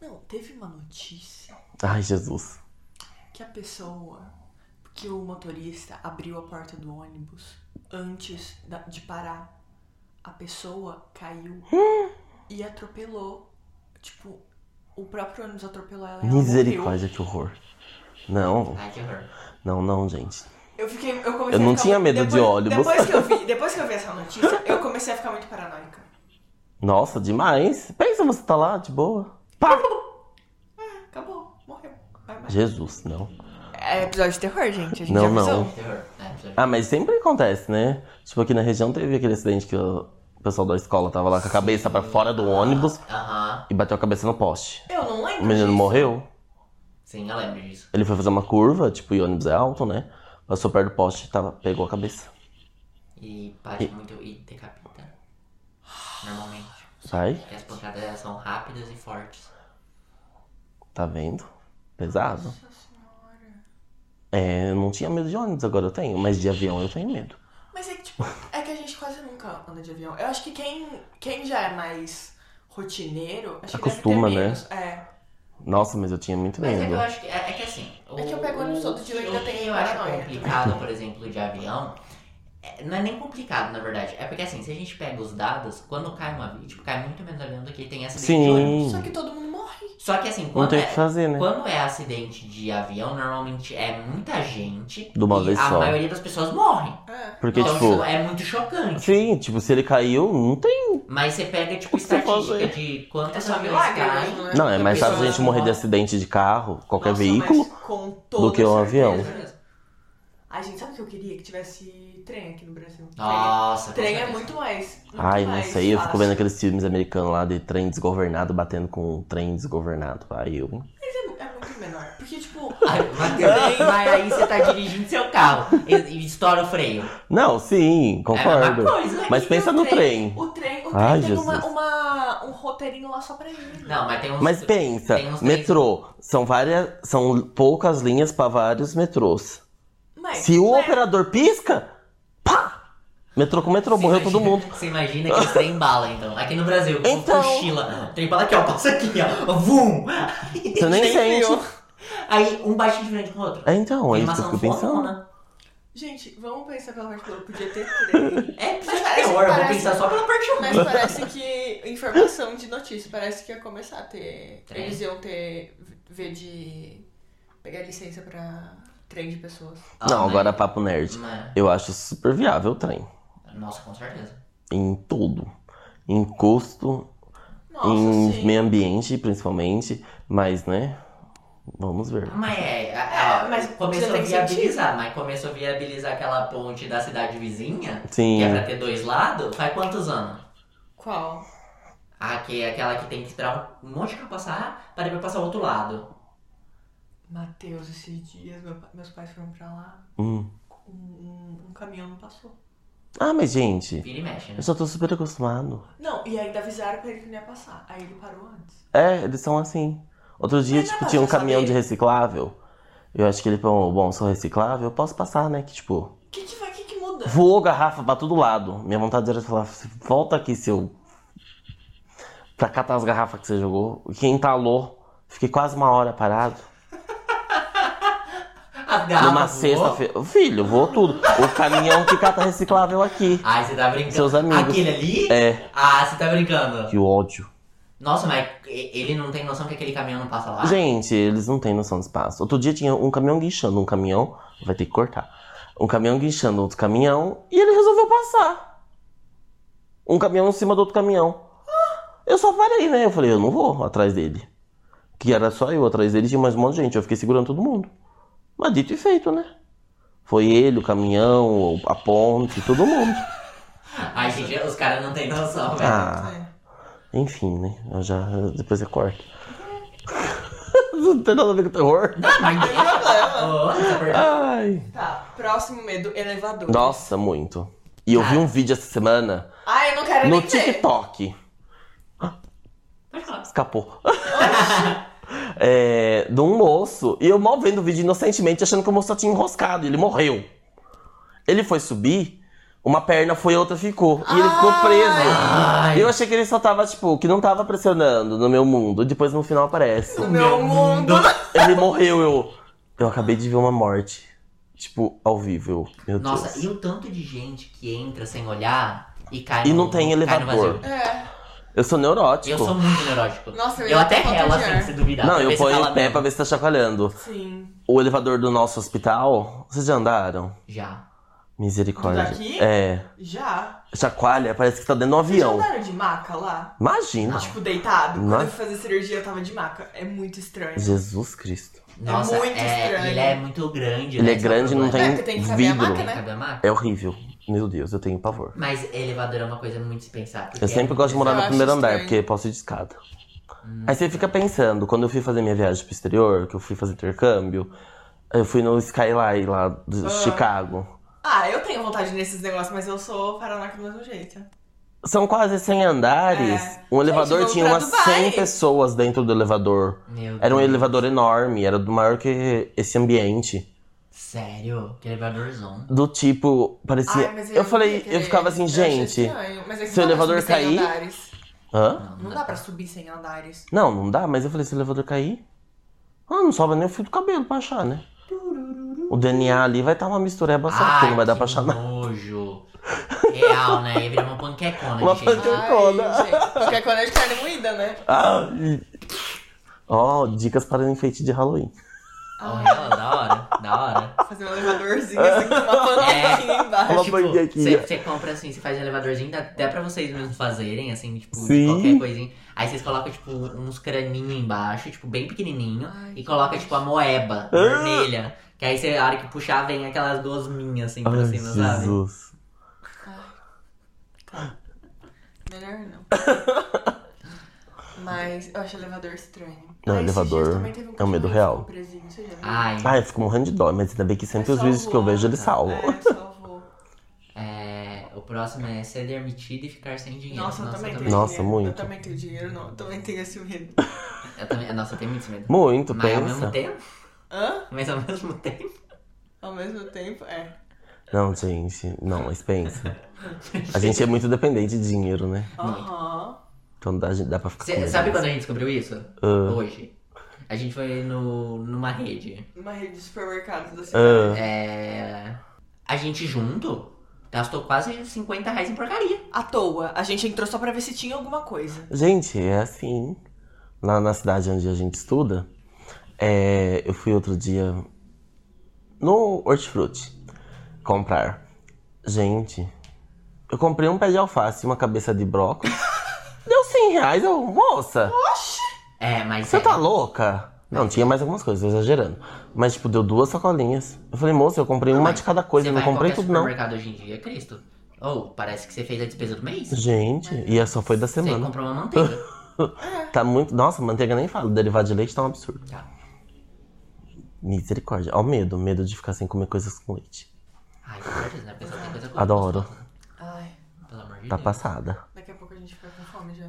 Não, teve uma notícia Ai, Jesus. que a pessoa. que o motorista abriu a porta do ônibus antes da- de parar. A pessoa caiu e atropelou. Tipo, o próprio ônibus atropelou ela. e ela morreu. Misericórdia, que horror. ó. Não, Ai, que horror. não, não, gente. Eu fiquei. Eu, comecei Eu não a ficar tinha muito- medo de depois- ônibus. Depois que, eu (laughs) vi, depois que eu vi essa notícia, eu comecei a ficar muito paranoica. Nossa, demais. Pensa, você tá lá, de boa. Pá! Acabou, morreu. Vai mais. Jesus, não. É episódio de terror, gente. A gente Não, avisou. não. Terror. É, precisa- Ah, mas sempre acontece, né? Tipo, aqui na região teve aquele acidente que o pessoal da escola tava lá com a cabeça pra fora do ônibus Aham. e bateu a cabeça no poste. Eu não lembro. O menino disso. morreu. Sim, eu lembro disso. Ele foi fazer uma curva, tipo, e ônibus é alto, né? Passou perto do poste, tava, pegou a cabeça. E bate muito e decapita. Normalmente. Sai, Porque as pancadas elas são rápidas e fortes. tá vendo? Pesado. Nossa senhora. É, eu não tinha medo de ônibus, agora eu tenho, mas de avião eu tenho medo. Mas é que, tipo, é que a gente quase nunca anda de avião. Eu acho que quem, quem já é mais rotineiro, acho Acostuma, que né? deve ter menos. É. Nossa, mas eu tinha muito Mas é que medo. eu acho que. É, é que assim. O, que eu pego ônibus todo dia, eu o ainda que tenho eu acho paranoia. complicado, por exemplo, de avião. é- Não é nem complicado, na verdade. É porque assim, se a gente pega os dados, quando cai uma avião, tipo, cai muito menos avião do que tem acidente de ônibus. Sim, Só que todo mundo morre. Só que assim, não quando tem é, o que fazer, né? quando é acidente de avião, normalmente é muita gente De uma e vez a só. maioria das pessoas morrem. É. Porque, então, tipo, isso é muito chocante. sim, tipo, se ele caiu, não tem. Mas você pega, tipo, O que (laughs) você estatística fazer? de quantas É só aviões milagre, caem. mesmo, né? Não, é Porque mais a fácil a pessoa- gente morrer de acidente de carro, qualquer Nossa, veículo. mas com toda que um certeza. É avião. Ai, gente, sabe o que eu queria? Que tivesse trem aqui no Brasil. Ah, Nossa, com trem trem é certeza. muito mais. Muito Ai, não mais sei, eu fico fácil. vendo aqueles filmes americanos lá de trem desgovernado batendo com um trem desgovernado. Aí eu. Mas é, é muito menor. Porque, (laughs) tipo, Ai, Matheus, mas aí você tá dirigindo seu carro e, e estoura o freio. Não, sim, É a mesma concordo. coisa. Mas E pensa o no trem. O trem, o trem Ai, tem Jesus. uma, uma- um roteirinho lá só pra ele. Não, É, mas tem uns... Mas pensa, tem uns três- metrô, são várias. São poucas linhas pra vários metrôs. Mas, Se o é. né, operador pisca, pá! Metrô com metrô, Você morreu todo imagina- mundo. Você imagina que esse trem bala, então. Aqui no Brasil, com Então. mochila. Trem bala aqui, ó. Passa aqui, ó. Vum! Você nem sente. Aí um bate de frente com o outro. É, então, é Tem isso uma que eu fico sanfona. pensando. Gente, vamos pensar pela parte boa. Podia ter trem. É, mas Mas é parece- pior. Eu vou parece- pensar só pela parte Mas ruim. parece que informação de notícia, parece que ia começar a ter. Trem. Eles iam ter. ver de. pegar licença pra trem de pessoas. Ah, Não, mas- agora é papo nerd. mas- Eu acho super viável o trem. é. Nossa, com certeza. Em tudo. Em custo, Nossa, em sim. meio ambiente, principalmente. Mas, né? Vamos ver. Mas é, É, é, mas começou você a tem que viabilizar, mas começou a viabilizar aquela ponte da cidade vizinha, que Sim. é pra ter dois lados, faz quantos anos? Qual? Ah, que é aquela que tem que tirar um monte de carro passar para depois passar o outro lado. Mateus, esses dias meu pa- meus pais foram pra lá, Hum. um, um- um caminhão não passou. Ah, mas, gente, Vira e mexe, né? eu já tô super acostumado. Não, e ainda avisaram pra ele que não ia passar. Aí ele parou antes. É, eles são assim. Outro dia, Mas dá tipo, pra tinha um você caminhão saber. de reciclável. Eu acho que ele falou, bom, sou reciclável, eu posso passar, né? Que, tipo, O que, que vai, que, que muda? Voou garrafa pra todo lado. Minha vontade era de falar, volta aqui, seu. Pra catar as garrafas que você jogou. E Quem entalou. Fiquei quase uma hora parado. As Ah, garrafas Numa voou. sexta-feira. Filho, voou tudo. O caminhão que cata reciclável aqui. Ai, você tá brincando. Seus amigos. Aquele ali? É, Ah, você tá brincando. que ódio. Nossa, mas e- ele não tem noção que aquele caminhão não passa lá? Gente, eles não têm noção de espaço. Outro dia tinha um caminhão guinchando um caminhão. Vai ter que cortar. Um caminhão guinchando outro caminhão. E ele resolveu passar. Um caminhão em cima do outro caminhão. Eu só parei, né? Eu falei, eu não vou atrás dele. Que era só eu atrás dele, tinha mais um monte de gente. Eu fiquei segurando todo mundo. Mas dito e feito, né? Foi ele, o caminhão, a ponte, todo mundo. Ai, gente, os caras não têm noção, velho. Ah. É. Enfim, né? Eu já. Depois eu corto. (laughs) Não tem nada a ver com terror. Não, mas Não tem problema. Nossa, verdade. Ai. Tá, próximo medo, elevador. Nossa, muito. E eu vi um vídeo essa semana Ai, Ah, eu não quero no nem ver. TikTok. Pode falar. Escapou. (laughs) é, de um moço. E eu mal vendo o vídeo inocentemente, achando que o moço só tinha enroscado. e Ele morreu. Ele foi subir, uma perna foi e a outra ficou. E ele ficou preso. Ai, Eu achei que ele só tava, tipo, que não tava pressionando no meu mundo. Depois no final aparece. No meu mundo. Ele morreu, eu. Eu acabei de ver uma morte. Tipo, ao vivo. Eu, meu Nossa, Deus. e o tanto de gente que entra sem olhar e cai E no não tem cai no elevador. vazio. É. Eu sou neurótico. Eu sou muito neurótico. Nossa, eu eu, ia até falta relo de assim, ar. se duvidar. Não, pra eu ver se ponho fala o pé mesmo. pra ver se tá chacoalhando. Sim. O elevador do nosso hospital, vocês já andaram? Já. Misericórdia. Do daqui? É. Já. Chacoalha, parece que tá dentro do Vocês já avião. andaram de maca lá? Imagina. Não. Tipo, deitado? Quando Não. eu fui fazer cirurgia, eu tava de maca. É muito estranho. Jesus Cristo. Nossa, É muito estranho. ele é muito grande. Ele né, é esse grande, o não problema. É, tem porque tem que saber a vidro. máquina. Tem que abrir a marca. É horrível. Meu Deus, eu tenho pavor. Mas elevador é uma coisa muito se pensar. porque Eu sempre gosto de morar Eu no acho primeiro andar, estranho. porque posso ir de escada. Aí você fica pensando, quando eu fui fazer minha viagem pro exterior, que eu fui fazer intercâmbio, Eu fui no Skyline lá de Chicago. Ah, eu tenho vontade nesses negócios, mas eu sou paranoica do mesmo jeito. São quase 100 andares. É. Um elevador vamos tinha pra umas Dubai. 100 pessoas dentro do elevador. Meu Era um Deus. elevador enorme, era do maior que esse ambiente. Sério? Que elevadorzão. Do tipo, parecia. Ai, mas eu não ia falei, querer. eu ficava assim, Eu achei gente. estranho, mas é que se o não dá pra elevador subir sem cair- andares. Hã? Não dá pra subir sem andares. Não, não dá, mas eu falei, se o elevador cair. Ah, não sobra nem o fio do cabelo pra achar, né? O DNA ali vai estar uma mistureba só, porque não vai dar pra achar nada. nojo. Real, né? Ia virar uma panquecona Uma de panque- gente. Ai, Coda. gente. Acho que é quando é de carne moída, né? Ah, e- Ó, dicas para o enfeite de Halloween. Oh, Ah, real, da hora, da hora. fazer um elevadorzinho assim, com uma panelinha embaixo. (laughs) Uma panquequinha. Você tipo, compra assim, você faz um elevadorzinho, dá até pra vocês mesmos fazerem, assim, tipo, de Sim. qualquer coisinha. Aí vocês colocam, tipo, uns craninhos embaixo, tipo, bem pequenininho, Ai, e coloca, tipo, a Ah! moeba vermelha. Que aí você, a hora que puxar, vem aquelas gosminhas, assim, pra Ai, cima, sabe? Jesus. Melhor não. (laughs) Mas eu acho elevador estranho. Não, Ah, esses elevador dias também teve um é um medo cachorro real. com presinho, você já viu? Ai, Ai, eu fico morrendo de dó, mas ainda bem que sempre Eu os vídeos salvo, que eu vejo eles tá. salvam. É, salvou. é, o próximo é ser demitido e ficar sem (laughs) dinheiro. Nossa, eu também tenho Nossa, dinheiro. Eu muito. também tenho dinheiro, não. Eu também tenho esse (laughs) medo. Eu também, nossa, eu tenho muito medo. Muito, Mas ao pensa. mesmo tempo? Hã? Mas ao mesmo tempo? Ao mesmo tempo, é. Não, gente, não, mas pensa. A gente é muito dependente de dinheiro, né? Aham. Então dá, dá pra ficar com Cê, medo. sabe quando a gente descobriu isso? Ah. Hoje. A gente foi no, numa rede. Uma rede de supermercados da cidade. Ah, É, a gente junto gastou quase 50 reais em porcaria. É, À toa. A gente entrou só pra ver se tinha alguma coisa. gente, é assim. Lá na cidade onde a gente estuda, é, eu fui outro dia no Hortifruti comprar. Gente, eu comprei um pé de alface e uma cabeça (laughs) de brócolis. Deu 100 reais, eu, moça! Oxi! É, mas. Você é, tá louca? Não, tinha mais algumas coisas, tô exagerando. Mas, tipo, deu duas sacolinhas. Eu falei, moça, eu comprei uma de cada coisa, você eu não vai em comprei qualquer tudo, não. supermercado hoje em dia, é Cristo. Ou parece que você fez a despesa do mês. Você Gente, e essa só foi da semana. comprou uma (laughs) manteiga. Tá muito. Nossa, manteiga nem fala. Derivado de leite tá um absurdo. Tá. Misericórdia. Ó, o medo, medo de ficar sem comer coisas com leite. Ai, com certeza, né? A pessoa tem coisa Adoro. gostosa, Ai, Pelo amor de Tá Deus. passada. daqui a pouco a gente fica com fome já.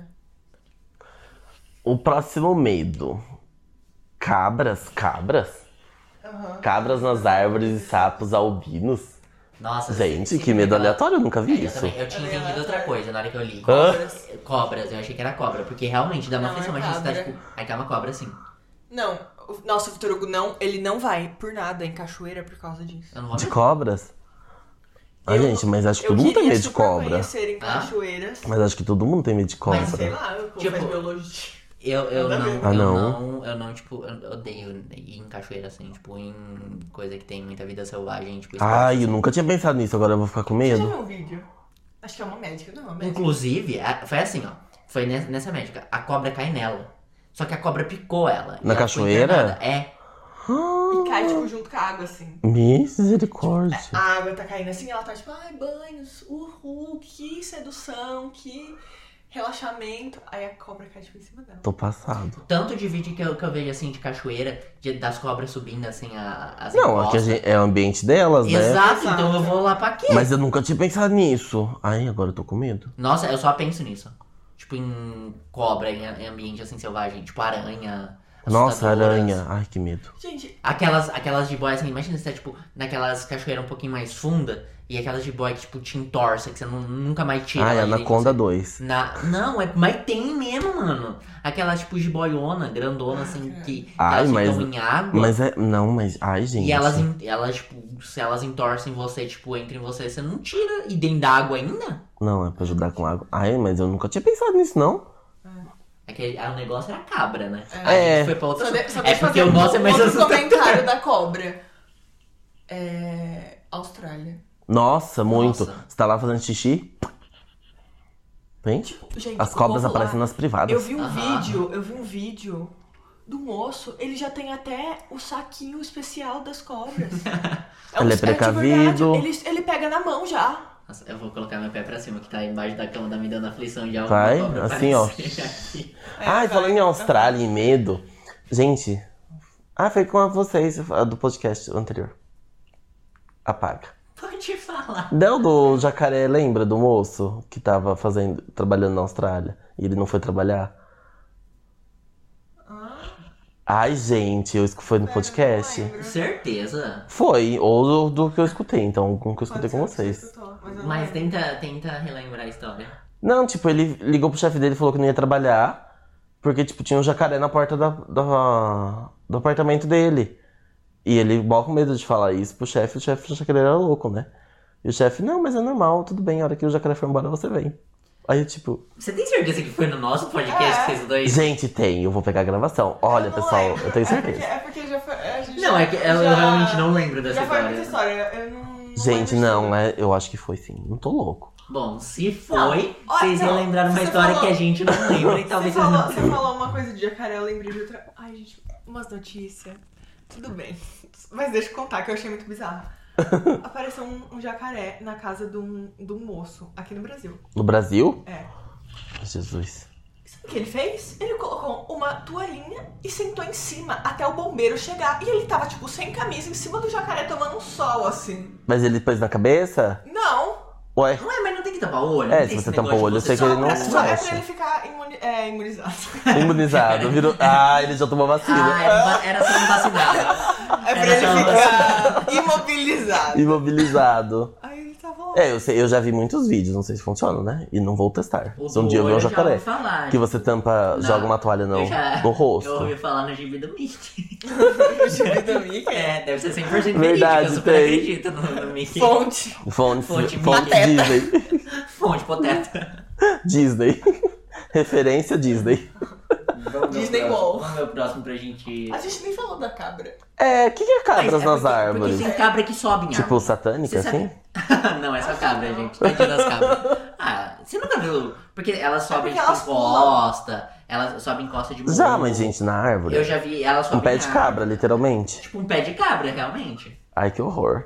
O próximo medo: cabras, cabras? Aham. Cabras nas árvores e sapos albinos. Nossa, Gente, esse- que medo esse- aleatório, eu nunca vi Eu, isso. também, É eu tinha entendido aleatório. outra coisa na hora que eu li. Cobras. Cobras, eu achei que era cobra, porque realmente dá uma Não, aflição, é mas você tá cabra. tipo. Aí tá uma cobra assim. Não, o nosso Vitor Hugo não, ele não vai por nada em cachoeira por causa disso. Eu não vou De mesmo. cobras? Ah, Eu- gente, mas acho que eu todo mundo tem queria medo de super cobra. conhecer em Ah. cachoeiras. Mas acho que todo mundo tem medo de cobra. Mas Sei lá, eu Tipo- tipo... biologia. Eu, eu, Nada a ver. não, Ah, eu não. não. Eu não, tipo, eu odeio ir em cachoeira assim, tipo, em coisa que tem muita vida selvagem, tipo, esporte, Ai, assim. eu nunca tinha pensado nisso, agora eu vou ficar com Você já medo. viu um vídeo? Acho que é uma médica, não, é uma médica. Inclusive, a- foi assim, ó. Foi ne- nessa médica. A cobra cai nela. Só que a cobra picou ela. Na e ela foi cachoeira? internada. É. Ah, E cai, tipo, junto com a água, assim. misericórdia. A água tá caindo assim, ela tá tipo, ai, banhos, uhul, que sedução, que relaxamento. Aí a cobra cai, tipo, em cima dela. Tô passado. Tanto de vídeo que eu, que eu vejo assim de cachoeira, de- das cobras subindo assim a, as Não, aqui a encostas. gente- é o ambiente delas, né? Exato, então eu vou lá pra quê? Mas eu nunca tinha pensado nisso. Ai, agora eu tô com medo. Nossa, eu só penso nisso. Tipo, em cobra, em, em ambiente assim selvagem. Tipo, aranha. Nossa, assustadoras. aranha. Ai, que medo. Gente, Aquelas, aquelas de boy assim, imagina você tá, tipo, naquelas cachoeiras um pouquinho mais funda. E aquelas de boy que, tipo, te entorce, que você nu- nunca mais tira. Ai, ela de Anaconda dentro. 2. Na... Não, é... mas tem mesmo, mano. Aquelas, tipo, de boiona, grandona, assim, que Ai, elas mas- ficam em água. Mas é. Não, mas. Ai, gente. E elas, en- elas, tipo, se elas entorcem você, tipo, entre você, você não tira. E dentro da água ainda? Não, é pra ajudar com água. Ai, mas eu nunca tinha pensado nisso, não. Aquele, ah, o negócio era cabra, né? É. Aí a É. gente foi pra outra. só de, só deixa é eu porque fazer um o nosso é mais outro assustador. comentário da cobra. É... Austrália. Nossa, muito. Nossa. Você tá lá fazendo xixi? Gente, Tipo, Gente, as o cobras povo lá- aparecem nas privadas. Eu vi um Aham. vídeo, eu vi um vídeo do moço, ele já tem até o saquinho especial das (laughs) cobras. É Ele é de precavido. verdade, ele, ele pega na mão já. Nossa, eu vou colocar meu pé pra cima, que tá embaixo da cama, tá me dando aflição já. Vai, Uma cobra assim, ó. aparecendo aqui. É, vai. Ai, falando em Austrália e medo. Gente, Ah, foi com a vocês, a do podcast anterior. Apaga. Pode falar. Não, do jacaré, lembra do moço que tava fazendo, trabalhando na Austrália e ele não foi trabalhar? Ai, gente, eu escu- foi no podcast? Ah. Eu não lembro. Certeza. Foi, ou do, do que eu escutei, então, algum que eu escutei Pode com ser que vocês. você escutou, mas eu não Mas lembro. tenta, tenta relembrar a história. Não, tipo, ele ligou pro chefe dele e falou que não ia trabalhar, porque, tipo, tinha um jacaré na porta da, da- do apartamento dele. E ele, mó com medo de falar isso pro chefe, o chefe achou que ele era louco, né? E o chefe, não, mas é normal, tudo bem, a hora que o jacaré for embora, você vem. Aí, tipo, Você tem certeza que foi no nosso podcast É. que vocês dois? gente, tem, eu vou pegar a gravação. Olha, não pessoal, lembro. eu tenho É certeza. porque, é porque já foi. a gente Não, já- é que eu já- realmente não lembro dessa Já foi muita história. história. Eu não. (laughs) não Gente, lembro não, disso. é- eu acho que foi sim, não tô louco. Bom, se foi, Ó, vocês não, iam lembrar uma você história falou- que a gente não lembra e Você talvez falou, vocês você não... falou uma coisa de jacaré, eu lembrei de outra. Ai, gente, umas notícias. Tudo bem. Mas deixa eu contar que eu achei muito (laughs) bizarro. Apareceu um, um jacaré na casa de um, de um moço aqui no Brasil. No Brasil? É. Jesus. Sabe o que ele fez? Ele colocou uma toalhinha e sentou em cima até o bombeiro chegar. E ele tava, tipo, sem camisa, em cima do jacaré, tomando um sol, assim. Mas ele pôs na cabeça? Não! Ué? (laughs) Não é, mas não tem que tampar o olho. não É, tem se esse você tampar negócio o olho, de eu sei você que só ele não pra, só é mexe. pra ele ficar imuni- é, imunizado. Imunizado, virou. Ah, ele já tomou Ah, vacina. era, va- era só um vacinado. É pra Era ele só uma ficar imobilizado. Imobilizado. Aí ele tava lá. É, eu, sei, eu já vi muitos vídeos, não sei se funciona, né? E não vou testar. O Se um dia eu ver olho um eu já jacaré. ouvi falar. Que você tampa, Não, joga uma toalha no, Eu já- no rosto. Eu ouvi falar no gibi do (laughs) Mickey. Eu tive também, que é É, deve ser 100% verídico. Verdade, eu super tem. acredito no, no Mickey. Fonte. Fonte, Fonte fonte, Pateta. Disney. Fonte, poteta. Disney. (laughs) Referência Disney. Vamos ver o Disney próximo- World. Vamos ver o próximo pra gente... A gente nem falou da cabra. É, o que, que é cabras Mas é nas porque- árvores? Porque tem cabra que sobe em Tipo, árvore. satânica, Você sabe- (laughs) assim? não, é só cabra, gente. Tadinha das cabras. Ah, você nunca viu? Porque É elas sobem porque elas tipo, encosta, elas sobem encosta de muro. Já, mas gente, na Eu árvore. já vi elas sobem Um pé de na- cabra, literalmente. Tipo, um pé de cabra, realmente. Ai, que horror.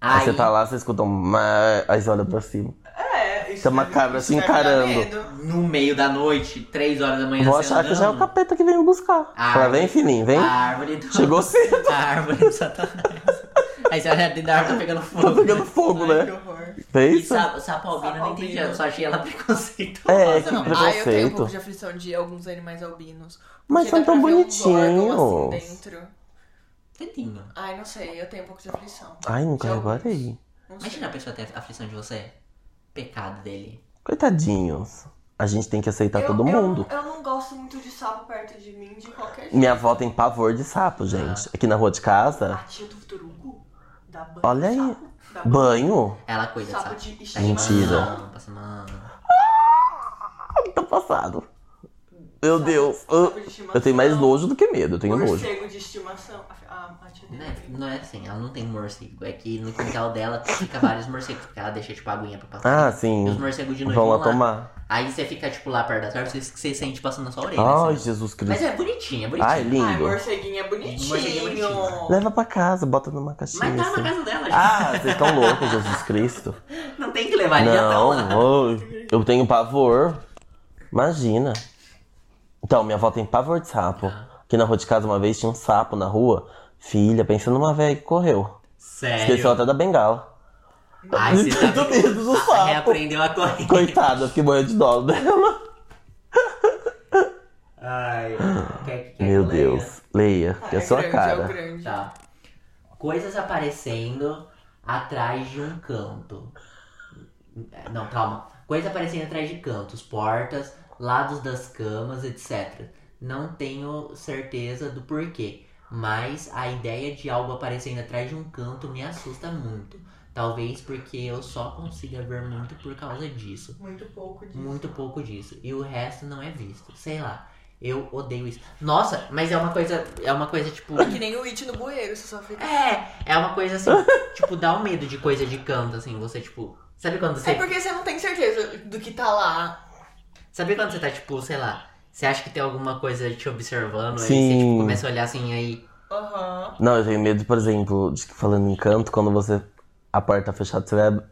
Aí Aí, você tá lá, você escuta um... ma- Aí você olha pra cima. É, isso. Tem uma deve- cabra isso se deve dar encarando. medo. no meio da noite, 3 horas da manhã, Vou você achar que já é o andando, capeta que veio me buscar. Ah, Fala, vem, filhinho, vem. A árvore do... Chegou cedo, (laughs) A árvore do satanás. Aí você olha dentro da árvore, tá pegando (laughs) tá fogo. pegando fogo, Ai, que né? horror. E Fez? sapo, sapo albino, eu não Sapo entendi. albino. Eu só achei ela (laughs) preconceituosa. É, que Não, ah, eu tenho um pouco preconceito. de aflição de alguns animais albinos. Mas Porque são dá pra tão ver uns órgãos, bonitinhos. assim, dentro. Tadinho. Ai, não sei, eu tenho um pouco de aflição. Ai, nunca de Então, reparei. Não sei. Imagina a pessoa ter aflição de você. Pecado dele. Coitadinhos. A gente tem que aceitar Eu- Tá todo eu- mundo. Eu, não gosto muito de sapo perto de mim, de qualquer jeito. Minha avó tem pavor de Ah. sapo, gente. Aqui na rua de casa, A tia do Turugu dá banho. Olha de aí. sapo, tá. dá banho. banho. Ela cuida, Sapo sabe? de Tá semana, Mentira. Passa semana. Tá passado. Meu Deus. sapo de eu- estimação. Eu tenho mais nojo do que medo. Eu tenho nojo. Morcego de estimação. A, a tia dele. Né? Não é assim, ela não tem morcego. É que no quintal dela fica vários morcegos, porque ela deixa tipo aguinha pra passar. Ah, sim. E os morcegos de noite Vão lá tomar. Aí você fica tipo lá perto das árvores, você, você sente passando na sua orelha. Ai, assim. Mas Jesus Cristo. é bonitinho, é bonitinho. Ai, Ai, lindo. morceguinho é bonitinho. Morceguinho é bonitinho. Leva pra casa, bota numa Mas caixinha. tá na assim. casa dela, gente. Ah, (laughs) vocês estão loucos, Jesus Cristo. Não tem que levar ele já tá lá. Não, oi, eu tenho pavor. Imagina. Então, minha avó tem pavor de sapo. Aqui na rua de casa, uma vez, tinha um sapo na rua. Filha, pensa numa velha que correu. Sério. Esqueceu até é da bengala. Ai, você tá (laughs) Do medo do Ah, sapo. Reaprendeu a correr. Coitada, eu fiquei morrendo de dó dela. Ai, quer, quer que Meu eu leia? Deus. Leia, Ah, que é a sua grande, É o cara. grande. Tá. Coisas aparecendo atrás de um canto. Não, calma. Coisas aparecendo atrás de cantos, portas, lados das camas, etc. Não tenho certeza do porquê, mas a ideia de algo aparecendo atrás de um canto me assusta muito. Talvez porque eu só consiga ver muito por causa disso. Muito pouco de. Muito pouco disso. E o resto não é visto. Sei lá. Eu odeio isso. Nossa, mas é uma coisa. É uma coisa tipo. Que nem o It no bueiro, você só fica. É, é uma coisa (laughs) assim, tipo, dá um medo de coisa de canto, assim, você, tipo. Sabe quando É você. porque você não tem certeza do que tá lá. Sabe quando você tá, tipo, sei lá, você acha que tem alguma coisa te observando, aí você Sim. tipo, começa a olhar assim aí. Aham. Não, eu tenho medo, por exemplo, de que falando em canto, quando você. A porta fechada, você vai. ab-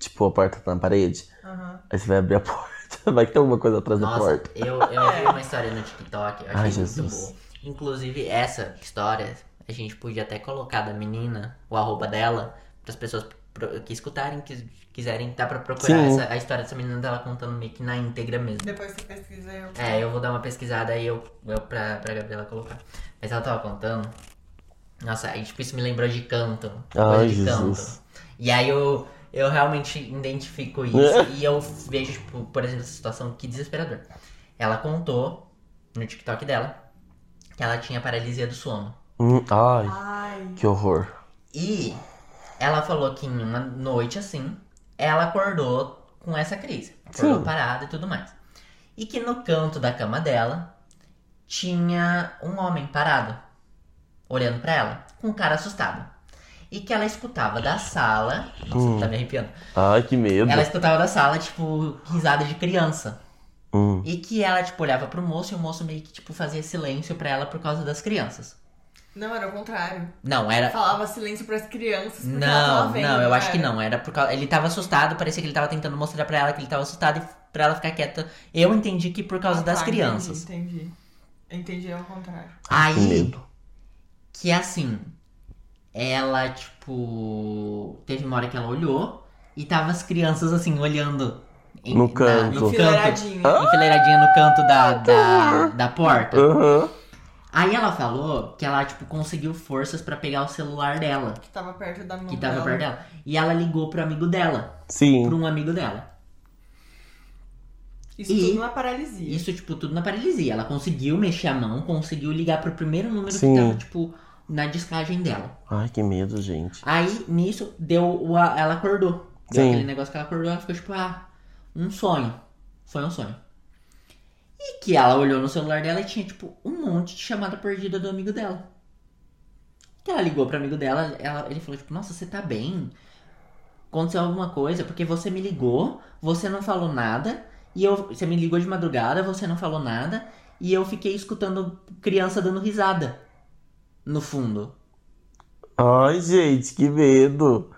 Tipo, a porta tá na parede. Aham. Aí você vai abrir a (laughs) porta. Vai que tem alguma coisa atrás da Nossa, porta. É. eu, eu vi uma história no TikTok, eu achei Ai, muito Jesus. boa. Inclusive, essa história a gente podia até colocar da menina, o arroba dela, para as pessoas pro- que escutarem, que quiserem, dá pra procurar Sim. essa- a história dessa menina dela contando meio que na íntegra mesmo. Depois você pesquisa eu. É, eu vou dar uma pesquisada aí eu, eu pra, pra Gabriela colocar. Mas ela tava contando. Nossa, aí tipo, isso me lembrou de canto. coisa Ai, de Jesus. canto. E aí eu, eu realmente identifico isso. (laughs) e eu vejo, tipo, por exemplo, essa situação que desesperador. Ela contou no TikTok dela que ela tinha paralisia do sono. Hum, ai, Ai. que horror. E ela falou que em uma noite assim, ela acordou com essa crise. Acordou Sim. parada e tudo mais. E que no canto da cama dela tinha um homem parado, olhando pra ela, com um cara assustado. E que ela escutava da sala. Nossa, tá me arrepiando. Ai, que medo. Ela escutava da sala, tipo, risada de criança. Hum. E que ela, tipo, olhava pro moço e o moço meio que, tipo, fazia silêncio pra ela por causa das crianças. Não, era o contrário. Não, era, Falava silêncio pras crianças. Porque ela É. Não, tava vendo, é. não, eu acho cara. que não. Era por causa... Ele tava assustado, parecia que ele tava tentando mostrar pra ela que ele tava assustado e pra ela ficar quieta. Eu entendi que por causa Ah, das tá, crianças. Entendi. Entendi, entendi é o contrário. Que Aí, medo. que assim, ela, tipo. Teve uma hora que ela olhou e tava as crianças assim, olhando. em- No na- canto. no canto. Enfileiradinho. Enfileiradinha no canto da, da, da porta. Aham. Aí ela falou que ela, tipo, conseguiu forças pra pegar o celular dela, Que tava perto da mão que tava dela. perto dela. E ela ligou pro amigo dela, Sim. pro um amigo dela. Isso E- tudo não é paralisia. Isso, tipo, tudo na paralisia. Ela conseguiu mexer a mão, conseguiu ligar pro primeiro número Sim. que tava, tipo, na descagem dela. Ai, que medo, gente. Aí, nisso, deu o, a- ela acordou. Deu Sim. aquele negócio que ela acordou, ela ficou, tipo, ah, um sonho. Foi um sonho. E que ela olhou no celular dela e tinha, tipo, um monte de chamada perdida do amigo dela. Que ela ligou pro amigo dela, ela, ele falou, tipo, nossa, você tá bem? Aconteceu alguma coisa? Porque você me ligou, você não falou nada, e eu. Você me ligou de madrugada, você não falou nada, e eu fiquei escutando criança dando risada. No fundo. Ai, gente, que medo.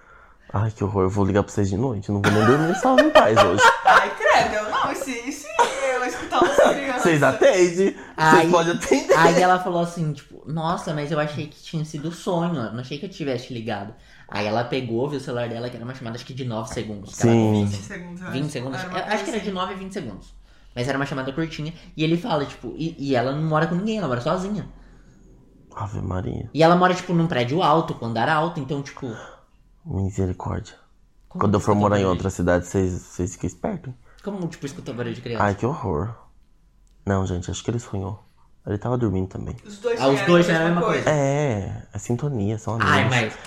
Ai, que horror. Eu vou ligar pra vocês de noite. Eu não vou nem dormir salvo em paz (laughs) hoje. Ai, credo, eu não. E se, e se eu escutar umas crianças? Vocês atendem. Ai. Vocês podem atender. Aí ela falou assim, tipo, nossa, mas eu achei que tinha sido sonho, eu não achei que eu tivesse ligado. Aí ela pegou, viu o celular dela, que era uma chamada acho que de 9 segundos. que ela Sim. fez, 20 assim. segundos, eu 20 acho. segundos? Era uma Eu acho que era de 9 a 20 segundos. Mas era uma chamada curtinha. E ele fala, tipo, e, e ela não mora com ninguém, ela mora sozinha. Ave Maria. E ela mora, tipo, num prédio alto, com andar alto, então, tipo. Misericórdia. como Quando eu for escuta morar em barulho outra cidade, vocês vocês ficam espertos. hein? de- Como, tipo, escuta barulho de criança? Ai, que horror. Não, gente, acho que ele sonhou. Ele tava dormindo também. Os dois Ah, os sonharam dois sonharam a mesma coisa. É, a sintonia, são amigos. Ai, mas.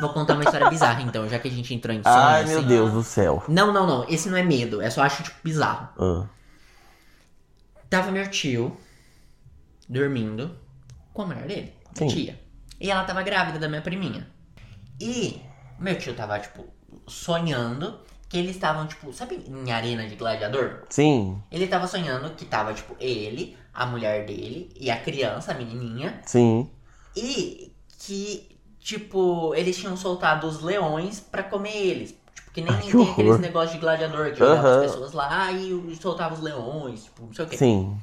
Vou contar uma história bizarra, então, já que a gente entrou em sonho. Ai, meu assim. Deus do céu. Não, não, não. Esse não é medo. É só acho, tipo, bizarro. Ah, Tava meu tio dormindo com a mulher dele, a Sim. tia. E ela tava grávida da minha priminha. E meu tio tava, tipo, sonhando que eles estavam, tipo, sabe em arena de gladiador? Sim, Ele tava sonhando que tava, tipo, ele, a mulher dele e a criança, a menininha. sim. E que, tipo, eles tinham soltado os leões pra comer eles. Tipo, que nem Ai, que tem horror. aqueles negócios de gladiador que jogava Aham. as pessoas lá e soltava os leões, tipo, não sei o quê. Sim.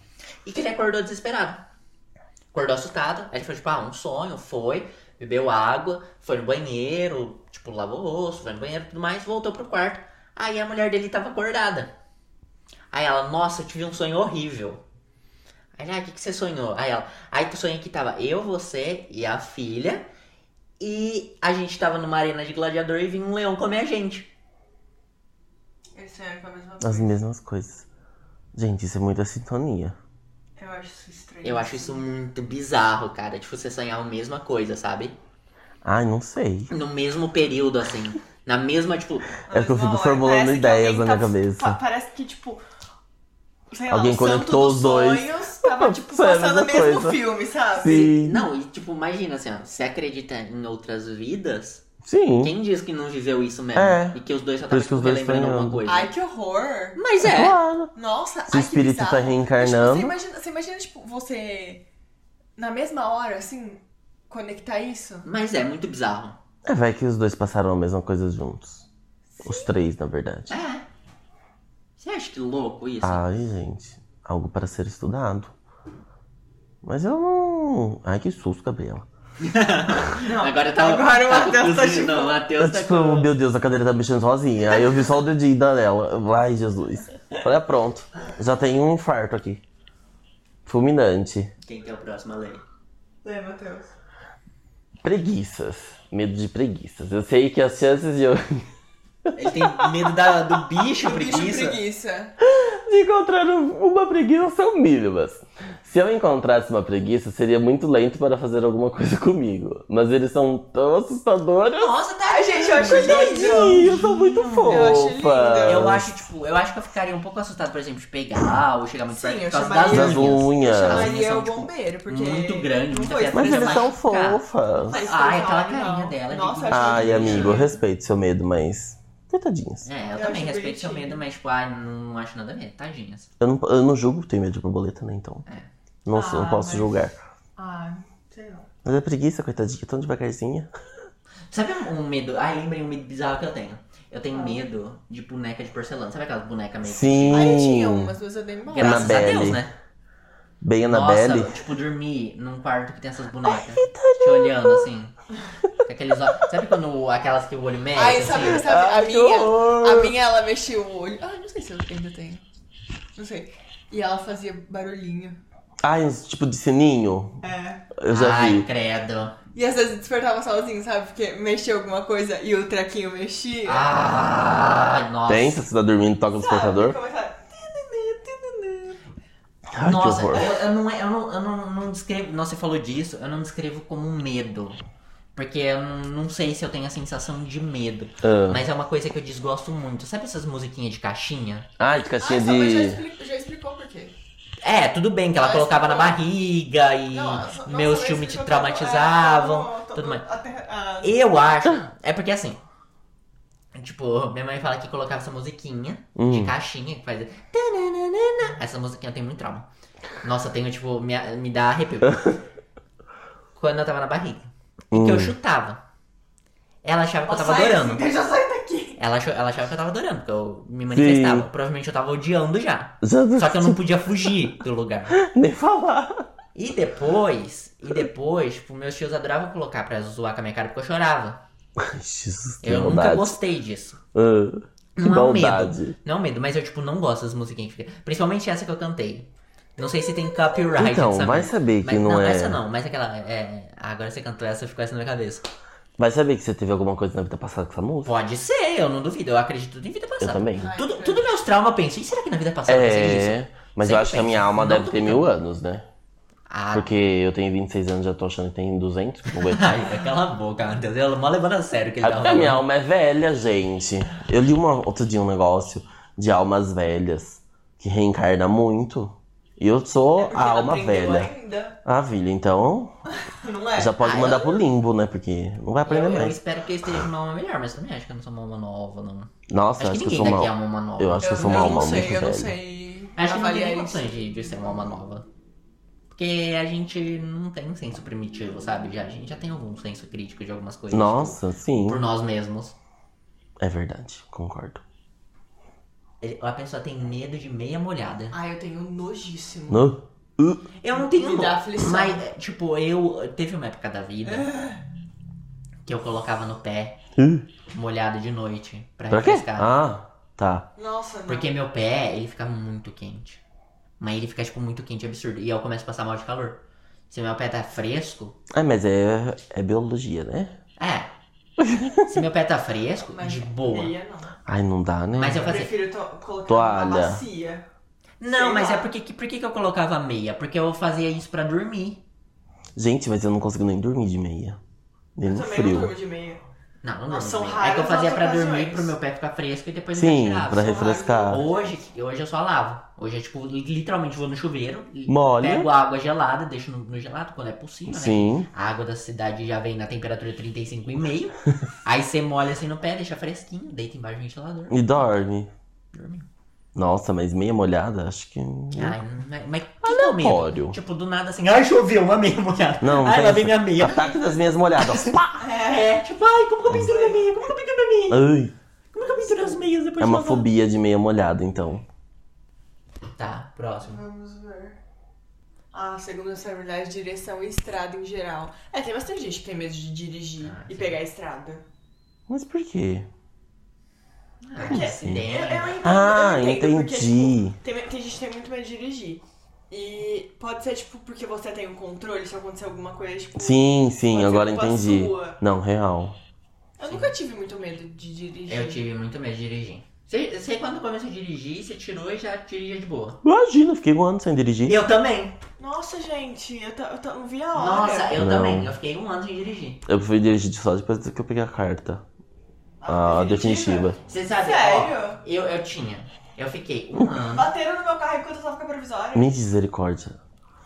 E que ele acordou desesperado. Acordou assustado. Aí ele foi, tipo, ah, um sonho, foi, bebeu água, foi no banheiro, tipo, lavou o rosto, foi no banheiro e tudo mais, voltou pro quarto. Aí a mulher dele tava acordada. Aí ela, nossa, eu tive um sonho horrível. Aí ele, ah, o que, que você sonhou? Aí ela, aí tu sonhei que tava eu, você e a filha. E a gente tava numa arena de gladiador e vinha um leão comer a gente. Eles sonharam com a mesma As coisa. mesmas coisas. Gente, isso é muita sintonia. Eu acho isso estranho. Eu acho isso muito bizarro, cara. Tipo, você sonhar a mesma coisa, sabe? Ai, não sei. No mesmo período, assim. Na mesma, tipo. Na É que mesma eu fico hora, formulando parece que ideias alguém na minha tá- cabeça. pa- Parece que, tipo. Sei lá, Alguém o santo conectou dos os dois. Sonhos, (laughs) tava, tipo, Foi a passando o mesma mesmo coisa. filme, sabe? Sim. Não, e tipo, imagina assim, ó. Você acredita em outras vidas? Sim. Quem diz que não viveu isso mesmo? É. E que os dois só Por estavam isso tipo, que os dois relembrando sonhando. alguma coisa. Ai, que horror! Mas é. Claro. Nossa, Se o ai, que espírito tá bizarro. reencarnando. Mas, tipo, você, imagina, você imagina, tipo, você. Na mesma hora, assim, conectar isso? Mas é muito bizarro. É, vai que os dois passaram a mesma coisa juntos. Os três, na verdade. É. Ah. Você acha que louco isso? Ai, gente. Algo para ser estudado. Mas eu não. Ai, que susto, Gabriela. Não, Agora tá. agora o Matheus tá cozinhando, tipo- Não, o Eu, Matheus tá tipo, com. meu Deus, a cadeira tá mexendo sozinha. Aí eu vi só o dedinho dela. Ai, Jesus. Falei, ah, pronto. Já tem um infarto aqui. Fulminante. Quem que é o próximo além? É, Matheus. Preguiças. Medo de preguiças. Eu sei que as chances de eu (laughs) Ele tem medo (laughs) da, do bicho, O bicho preguiça. preguiça. de encontrar um- uma preguiça são mínimas. Se eu encontrasse uma preguiça, seria muito lento para fazer alguma coisa (laughs) comigo. Mas eles são tão assustadores. Nossa, tá. Ai, gente, eu acho lindo. Tadinhos, são muito acho lindo. fofas. Eu acho, tipo, eu acho que eu ficaria um pouco assustado, por exemplo, de pegar ou chegar muito Sim, perto eu por causa chamaria- das Das unhas. As unhas Aí é são, o tipo, bombeiro, porque... muito grande, não muita foi pedra. Mas eles são machucar. fofas. Mas Ai, não, aquela não. carinha dela de Nossa, bonitinha. acho Ai, lindo. amigo, eu respeito seu medo, mas. Coitadinhas. É, eu, Eu também acho respeito seu bonitinho. medo, mas, tipo, ai, não, não acho nada a ver, tadinhas. Eu não, eu não julgo ter medo de borboleta, né? Então. É. Não, sou- não Ah, posso mas- julgar. Ah, sei lá. Mas é preguiça, coitadinha, tão devagarzinha. Sabe um um medo? Ai, lembrei um medo bizarro que eu tenho. Eu tenho medo de boneca de porcelana. Sabe aquelas bonecas meio. Aí tinha Sim. umas duas, eu dei embora. Graças a Annabelle. Deus, né? Bem Annabelle. Nossa, tipo, dormir num quarto que tem essas bonecas. te olhando assim. Com aqueles olhos. Sabe quando aquelas que o olho mexe? Ai, assim? sabe, sabe Ai, a que minha? horror. A minha, ela mexia o olho. Ah, não sei se eu ainda tenho. Não sei. E ela fazia barulhinho. Ai, uns tipo de sininho. É. Eu já Ai, vi. credo. E às vezes despertava sozinho, sabe? Porque mexia alguma coisa e o traquinho mexia. Ah, nossa. Pensa, você tá dormindo, toca no despertador. Começava... Ai, Nossa, Ah, é. que eu, horror. eu não, eu, não, eu não, não descrevo. Nossa, você falou disso, eu não descrevo como um medo. Porque eu não, não sei se eu tenho a sensação de medo. Ah. Mas é uma coisa que eu desgosto muito. Sabe essas musiquinhas de caixinha? Ai, de Ah, caixinha só, mas já, de. explicou, já explicou por quê. É, tudo bem que ela Mas colocava na não. barriga e Nossa, nossa, meus mas é, filmes te explicou traumatizavam, todo- tudo mais. até- ah, Eu acho. É porque assim. Tipo, minha mãe fala que colocava essa musiquinha de Hum. caixinha que faz. tananana. Essa musiquinha eu tenho muito trauma. Nossa, eu tenho, tipo, me, me dá (laughs) arrepio. Quando eu tava na barriga. E que eu Hum. chutava. Ela achava que eu tava sai, adorando. Deixa eu sair daqui. Ela, achou- ela achava que eu tava adorando, porque eu me manifestava. Sim. Provavelmente eu tava odiando já. Já Só que (laughs) eu não podia fugir do lugar. nem falar. E depois, e depois, tipo, meus tios adoravam colocar pra zoar com a minha cara porque eu chorava. Ai, Jesus, que Eu nunca maldade. gostei disso. Ah, que Não é um medo. maldade. Não é um medo, mas eu, tipo, não gosto das musiquinhas que fica. Principalmente essa que eu cantei. Não sei se tem copyright. Então, essa vai música. saber que Mas- não é. essa não, mas aquela. é, Agora você cantou essa, ficou essa na minha cabeça. Vai saber que você teve alguma coisa na vida passada com essa música? Pode ser, eu não duvido. Eu acredito tudo em vida Eu passada. também. Ai, Tudo, credo. tudo meus traumas eu penso. E será que na vida passada eu pensei disso? É, mas eu Sempre acho que a penso. minha alma Não deve tô ter mil anos, né? Ah, Porque eu tenho 26 anos, já tô achando que tem 200. que (laughs) Não aguento. ai, vai cala a boca, Matheus. Eu mó levando a sério que ele É tava porque a minha falando. alma é velha, gente. Eu li uma, outro dia um negócio de almas velhas, que reencarna muito. E eu É sou Porque a ela alma aprendeu velha. Ainda, Ah, filha, então não é? já pode Ah, mandar eu- pro limbo, né? Porque não vai aprender Eu, eu mais. espero que eu esteja uma alma melhor, mas também acho que eu não sou uma alma nova, não. Nossa, acho acho que que ninguém eu sou daqui mal. é uma alma nova. Eu acho que eu sou uma não alma sei, muito Eu não velha. sei Acho que não avaliar tem isso. condições de, de ser uma alma nova. Porque a gente não tem senso primitivo, sabe? Já, a gente já tem algum senso crítico de algumas coisas. Nossa, sim. tipo, por nós mesmos. É verdade, concordo. Ele- A pessoa tem medo de meia molhada. Ah, eu tenho nojíssimo. No? Uh, Eu não tenho. Me dá não. aflição. Mas, tipo, eu. Teve uma época da vida que eu colocava no pé uh. molhado de noite pra, Pra quê? refrescar. Ah, tá. Nossa, não. Porque é meu pé, ele fica muito quente. Mas ele fica, tipo, muito quente, absurdo. E eu começo a passar mal de calor. Se meu pé tá fresco. É, mas é, é biologia, né? (laughs) É. Se meu pé tá fresco, Mas é. de boa. meia não. Ai, não dá, né? Mas eu Eu fazia. prefiro to- colocar Toalha. uma bacia. Não, sei mas lá. é porque que, por que, que eu colocava meia? Porque eu fazia isso pra dormir. Gente, mas eu não consigo nem dormir de meia. Nem Eu no também frio. não durmo de meia. Não, não Nossa, dormia. são É que eu raras fazia as pra dormir ocasiões. pro meu pé ficar fresco e depois Sim, eu tirava. pra suave. refrescar. Hoje, hoje eu só lavo. Hoje é tipo, literalmente vou no chuveiro, e Molha. pego água gelada, deixo no, no gelado quando é possível, né? Sim. A água da cidade já vem na temperatura (laughs) 35,5. aí você molha assim no pé, deixa fresquinho, deita embaixo do ventilador. E dorme. Dormiu. Nossa, mas meia molhada, acho que. Não, Ai, mas, mas que que é o medo? Ah. Aleatório. Tipo, do nada assim, ai choveu, uma meia molhada. não ai, tem lá vem minha essa- meia. Ataque Tá das minhas molhadas. Pá! É, tipo, ai, como que eu penduro minha meia? Como que eu penduro minha meia? Ai, Como que eu penduro as meias depois é uma de lavar? fobia de meia molhada, então. Tá, próximo. Vamos ver. Ah, segundo os familiares, direção e estrada em geral. É, tem bastante gente que tem medo de dirigir Ah, e sim. pegar a estrada. Mas por quê? Ah, Porque- acidente. Eu, eu entendo, Ah, é eu entendo, porque, entendi. tipo, tem, tem gente que tem muito medo de dirigir. E pode ser, tipo, porque você tem o controle, se acontecer alguma coisa, tipo... Sim, pode sim, ser um agora culpa entendi. sua. Não, real. Eu nunca tive muito medo de dirigir. Eu tive muito medo de dirigir. Você, você quando começou a dirigir, você tirou e já dirigia de boa. Imagina, fiquei um ano sem dirigir. Eu também. Nossa, gente, eu, ta- eu ta- não vi a hora. Nossa, eu Não. também. Eu fiquei um ano sem dirigir. Eu fui dirigir só depois que eu peguei a carta. Ah, A Ah, definitiva. Você sabe, ó, Sério? eu, eu tinha. Eu fiquei um ano. Bateram no meu carro enquanto eu tava com a provisória. Misericórdia.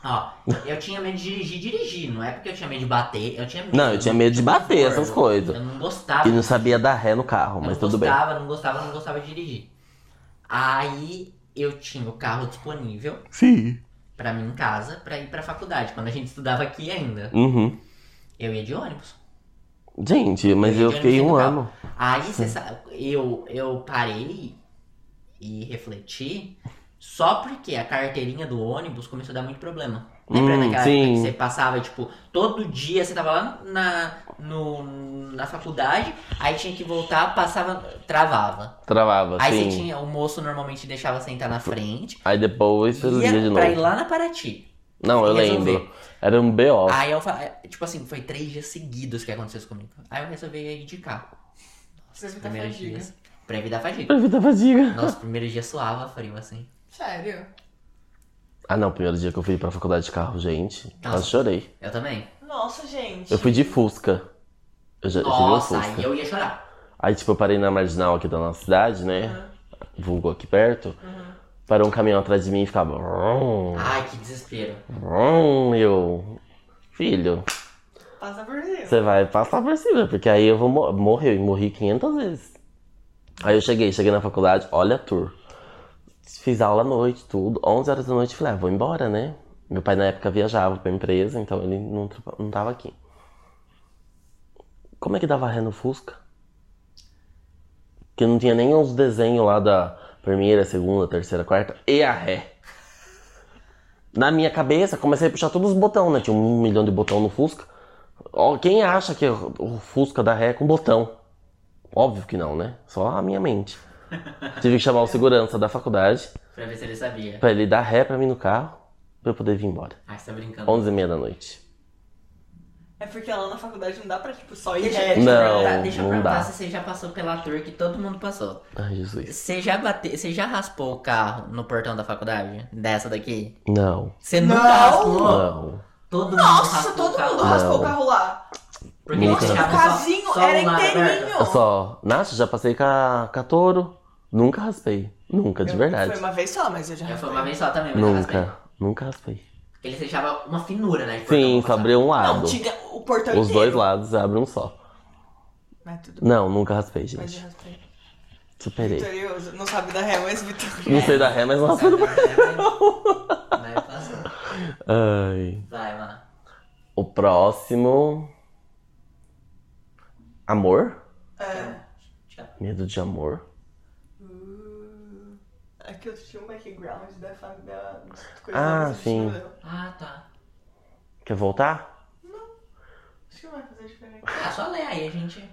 Ó, eu tinha medo de dirigir, dirigir. Não é porque eu tinha medo de bater. Eu tinha medo. Não, eu tinha medo de bater, essas coisas. Eu não gostava. E não sabia dar ré no carro, mas eu não tudo bem. gostava, não gostava, não gostava de dirigir. Aí eu tinha o carro disponível Sim. pra mim em casa pra ir pra faculdade. Quando a gente estudava aqui ainda, Uhum. eu ia de ônibus. Gente, mas eu Gente, fiquei eu um não sei do ano. Aí você sabe, eu, eu parei e refleti só porque a carteirinha do ônibus começou a dar muito problema. Lembra Hum, daquela sim. época que você passava, tipo, todo dia você tava lá na, no, na faculdade, aí tinha que voltar, passava, travava. Travava, Aí sim. você tinha, o moço normalmente deixava sentar na frente, Aí depois você ia dia de pra ir novo. lá na Paraty. Não, eu resolver. lembro. Era um BO. Aí eu falei, tipo assim, foi três dias seguidos que aconteceu isso comigo. Aí eu resolvi ir de carro. Você me tá Primeiros fadiga. dias. Pra evitar fadiga. Pra evitar fadiga. Nossa, primeiro dia suava frio, assim. Sério? Ah, não, primeiro dia que eu fui pra faculdade de carro, gente. Nossa. Quase chorei. Eu também. Nossa, gente. Eu fui de Fusca. Eu já eu tive um Nossa, Fusca. aí eu ia chorar. Aí, tipo, eu parei na marginal aqui da nossa cidade, né? Vulgo aqui perto. Parou um caminhão atrás de mim e ficava. "Vrum, Ai, que desespero. vrum", e eu. Filho, Passa por Deus. você vai passar por cima, porque aí eu vou mo- morrer. E morri 500 vezes. Aí eu cheguei, cheguei na faculdade, olha a tour. Fiz aula à noite, tudo. 11 horas da noite, falei, ah, vou embora, né? Meu pai na época viajava pra empresa, então ele não, tra- não tava aqui. Como é que dava ré no Fusca? Que não tinha nem os desenhos lá da primeira, segunda, terceira, quarta e a ré. Na minha cabeça, comecei a puxar todos os botões, né? Tinha um milhão de botão no Fusca. Ó, Quem acha que o Fusca dá ré é com botão? Óbvio que não, né? Só a (laughs) minha mente. Tive que chamar o segurança da faculdade Pra ver se ele sabia. pra ele dar ré pra mim no carro pra eu poder vir embora. Ai, você tá brincando. 11h30 da noite. É porque lá na faculdade não dá pra, tipo, só ir né? Deixa, reto. é, deixa eu Não, perguntar, deixa eu não perguntar dá. se você já passou pela tour que todo mundo passou. Ai, Jesus. Você já bateu, você já raspou o carro no portão da faculdade? Dessa daqui? Não. Você Não. nunca raspou? Não. Todo mundo Nossa, raspou todo o carro. mundo raspou o Não. carro lá. Porque Nossa, eles o deixavam só- casinho só o era lado aberto. inteirinho. Eu Só, Nath, já passei com a, com a touro. Nunca raspei. Nunca, É de Foi verdade. uma vez só, mas eu já Já foi uma vez só também, mas eu raspei. Nunca. Nunca raspei. Porque eles deixavam uma finura, né? de portão Sim, pra só passar. abriu um Não, lado. tinha o portão Os dois inteiro. lados abrem um só. Mas tudo bem, Não, nunca raspei, mas é. Então, eu gente. raspei. Superei. Vitorioso. Não sabe da ré, mas vitorioso. Não sei da ré, mas Sabe, raspei. né? Vai passar. Ai. Vai, mano. O próximo. Amor? É. Tchau. Medo de amor. Hum, Aqui eu tinha um background da família. Ah, sim. Ah, tá. Quer voltar? Acho que não vai fazer diferença. Ah, só lê aí, a gente.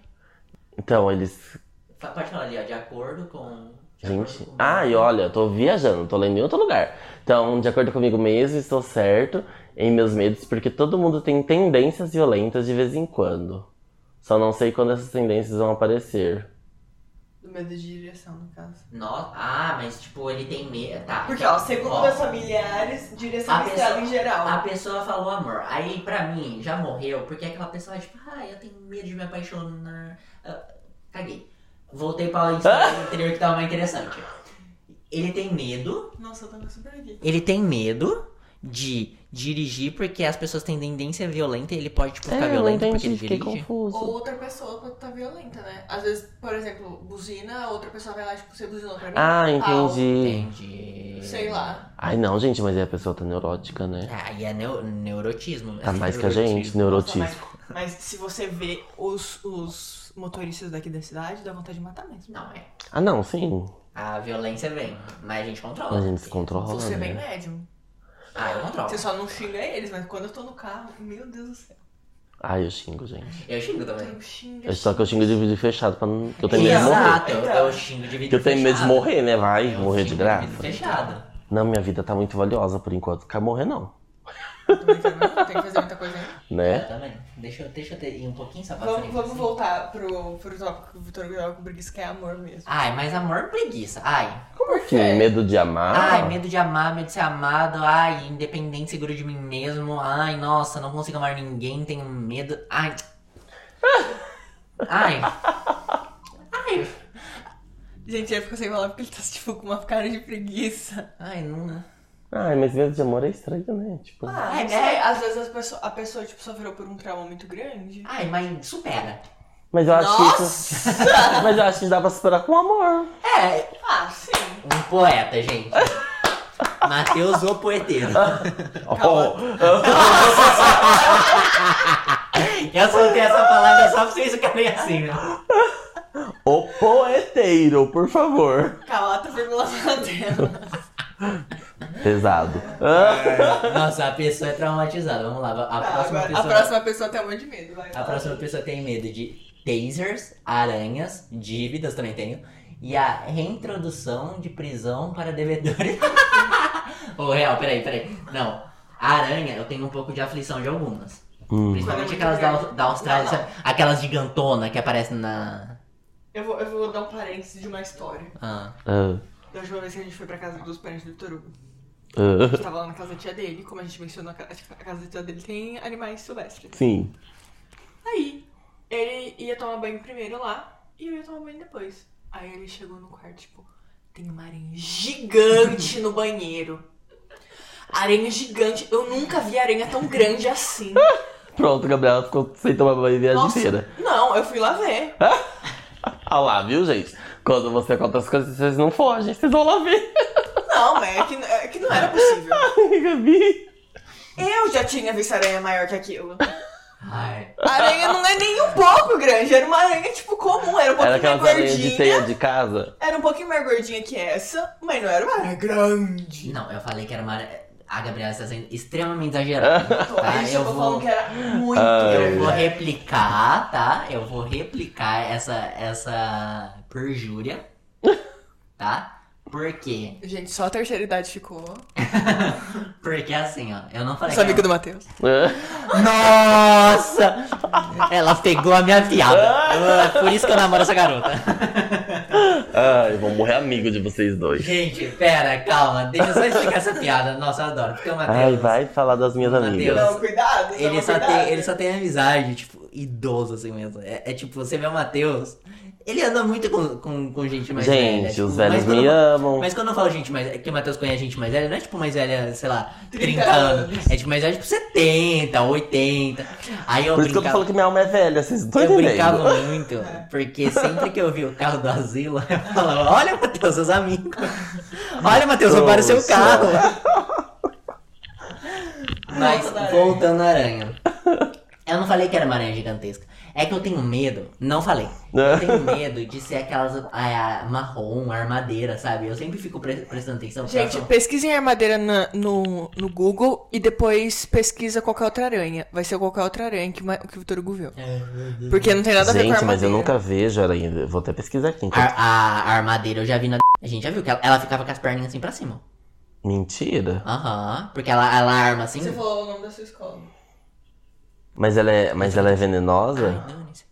Então, eles. Fa- Pode falar ali, ó, de acordo com. de Gente. acordo com- Ah, e olha, eu tô viajando, tô lendo em outro lugar. Então, de acordo comigo mesmo, estou certo em meus medos, porque todo mundo tem tendências violentas de vez em quando. Só não sei quando essas tendências vão aparecer. Do medo de direção, no caso. Nossa, ah, mas tipo, ele tem medo. Tá. Porque, então, ó, segundo meus familiares, direção A à estrada pessoa- em geral. A pessoa falou amor. Aí, pra mim, já morreu, porque aquela pessoa, tipo, ah, eu tenho medo de me apaixonar. Ah, caguei. Voltei pra história anterior que tava mais interessante. Ele tem medo. Nossa, eu tava super aqui. Ele tem medo de dirigir porque as pessoas têm tendência violenta e ele pode, tipo, ficar É, eu não violento porque entendi, ele fiquei dirige. Ou confuso. outra pessoa pode estar violenta, né? Às vezes, por exemplo, buzina, a outra pessoa vai lá, tipo, você buzinou pra mim. Ah, pau, entendi. Entendi. Sei lá. Ai, não, gente, mas aí a pessoa tá neurótica, né? Ah, e é neu- neurotismo. Tá mais que a É, Neurotismo. gente, Nossa, neurotismo. mas, mas se você vê os, os motoristas daqui da cidade, dá vontade de matar mesmo. Não, é. Ah, não, sim. A violência vem, mas a gente controla. A gente se controla. Você é bem né? médium. Ah, eu controlo. Você só não xinga eles, mas quando eu tô no carro, meu Deus do céu. Ai, eu xingo, gente. Eu xingo também. Eu xingo. Eu- Só que eu xingo de vídeo fechado pra não. Que eu tenho medo de morrer. Exato, morrer. eu xingo de Que vidro eu tenho medo de fechado. morrer, né? Vai, Eu morrer de xingo graça. vidro fechado. Não, minha vida tá muito valiosa por enquanto. Quer morrer, não. Não tem que fazer muita coisa ainda. Né? Eu também. Deixa eu, deixa eu ter, ir um pouquinho só pra Vamos, frente, vamos assim. voltar pro, pro tópico que o Vitor Guilherme com preguiça, que é amor mesmo. Ai, mas amor preguiça. Ai. Como Que Ah, assim? medo de amar. Ah. Ai, medo de amar, medo de ser amado. Ai, independente, seguro de mim mesmo. Ai, nossa, não consigo amar ninguém, tenho medo. Ai. Ai. Ai. Gente, ele ficou sem falar porque ele tá tipo com uma cara de preguiça. Ai, não. né? Ai, mas medo de amor é estranho, né? Tipo. Ah, É, é, né? Às vezes as pessoa- a pessoa tipo, sofreu por um trauma muito grande. Ai, mas supera. Mas eu acho que isso. Nossa! (laughs) Mas eu acho que dá pra superar com amor. É, ah, sim. um poeta, gente. Matheus, o poeteiro. Oh. Eu soltei essa palavra só pra vocês ficarem assim, né? o Oh, poeteiro, por favor. Calata, vírgula (laughs) dela. Pesado. Nossa, a pessoa é traumatizada. Vamos lá, a Tá, próxima agora- pessoa. a próxima pessoa tem um monte de medo, vai. a próxima pessoa tem medo de tasers, aranhas, dívidas também tenho. E a reintrodução de prisão para devedores. (laughs) Ô, real, peraí, peraí. Não. A aranha, eu tenho um pouco de aflição de algumas. (laughs) Hum. Principalmente aquelas da, Aus- da Austrália, sabe? aquelas gigantona que aparecem na. Eu vou, eu vou dar um parênteses de uma história. Ah, Ah, Da última vez que a gente foi pra casa dos parentes do Vitor Hugo. A ah, gente tava lá na casa da tia dele, como a gente mencionou, a ca- a casa da tia dele tem animais silvestres. Sim. Aí, ele ia tomar banho primeiro lá e eu ia tomar banho depois. Aí ele chegou no quarto, tipo, tem uma aranha gigante no banheiro. Aranha gigante. Eu nunca vi aranha tão grande (laughs) assim. É Pronto, Gabriela ficou sem tomar banho a viagem Nossa, inteira. não, eu fui lá ver. Ah lá, viu, gente? Quando você conta as coisas, vocês não fogem, vocês vão lá ver. (laughs) Não, mas é que, é que não era possível. Ai, Gabi. Eu já tinha visto aranha maior que aquilo. ai. A aranha não é nem um pouco grande, era uma aranha, tipo, comum, era um pouquinho Era aquelas mais aranhas de gordinha. teia (laughs) de casa? Era um pouquinho mais gordinha que essa, mas não era uma aranha grande. Não, eu falei que era uma. A Gabriela está sendo extremamente exagerada. tá? Eles Eu estavam vou, falando que é era muito Ai. eu vou grande. replicar, tá? Eu vou replicar essa, essa (laughs) perjúria, tá? Por quê? (laughs) Gente, só a terceira idade ficou. Tá Porque assim, ó, eu não falei. Essa que amiga do Matheus. Ah, era- Nossa! Ela pegou a minha (laughs) piada. Eu- Por isso que eu namoro essa garota. (laughs) Ai, vou morrer amigo de vocês dois. Gente, pera, calma. Deixa eu só explicar essa piada. Nossa, eu adoro. Porque é o Ai, Matheus. vai falar das minhas Mateus. amigas. Não, Então, cuidado. Ele toma só, cuidado. tem, ele só tem amizade, tipo, idoso assim mesmo. É, é tipo, você vê o Matheus, ele anda muito com, com, com gente mais velha. Gente, tipo, os mas velhos quando me eu- amam. Mas quando eu falo gente mais é que o Matheus conhece gente mais velha, não é tipo mais velha, sei lá, 30, 30 anos. anos. É tipo mais velha, tipo 70, 80. Aí eu Por isso que eu tô brincava, falando que minha alma é velha, vocês não estão eu entendendo. brincava muito, porque sempre que eu vi o carro do asilo, (laughs) eu falava, olha, Matheus, seus amigos. Olha, Matheus, roubaram o seu Trouxa. carro. Mas, Volta da aranha. voltando à aranha. Eu não falei que era uma aranha gigantesca. É que eu tenho medo. Não falei. Eu tenho medo de ser aquelas ah, marrom, armadeira, sabe? Eu sempre fico pre- prestando atenção. porque elas Gente, pesquisem armadeira na- no, no Google e depois pesquisa qualquer outra aranha. Vai ser qualquer outra aranha que, ma- que o Vitor Hugo viu. É, são- Porque não tem nada a Ah. ver com Gente, armadeira. mas eu nunca vejo aranha. Vou até pesquisar aqui. então. enquanto- A, a armadeira eu já vi na. A gente já viu que ela, ela ficava com as perninhas assim pra cima. Mentira. Aham. porque ela, ela arma assim. falou o nome da sua escola. Mas ela é, mas ela é venenosa? Ai, dane-se.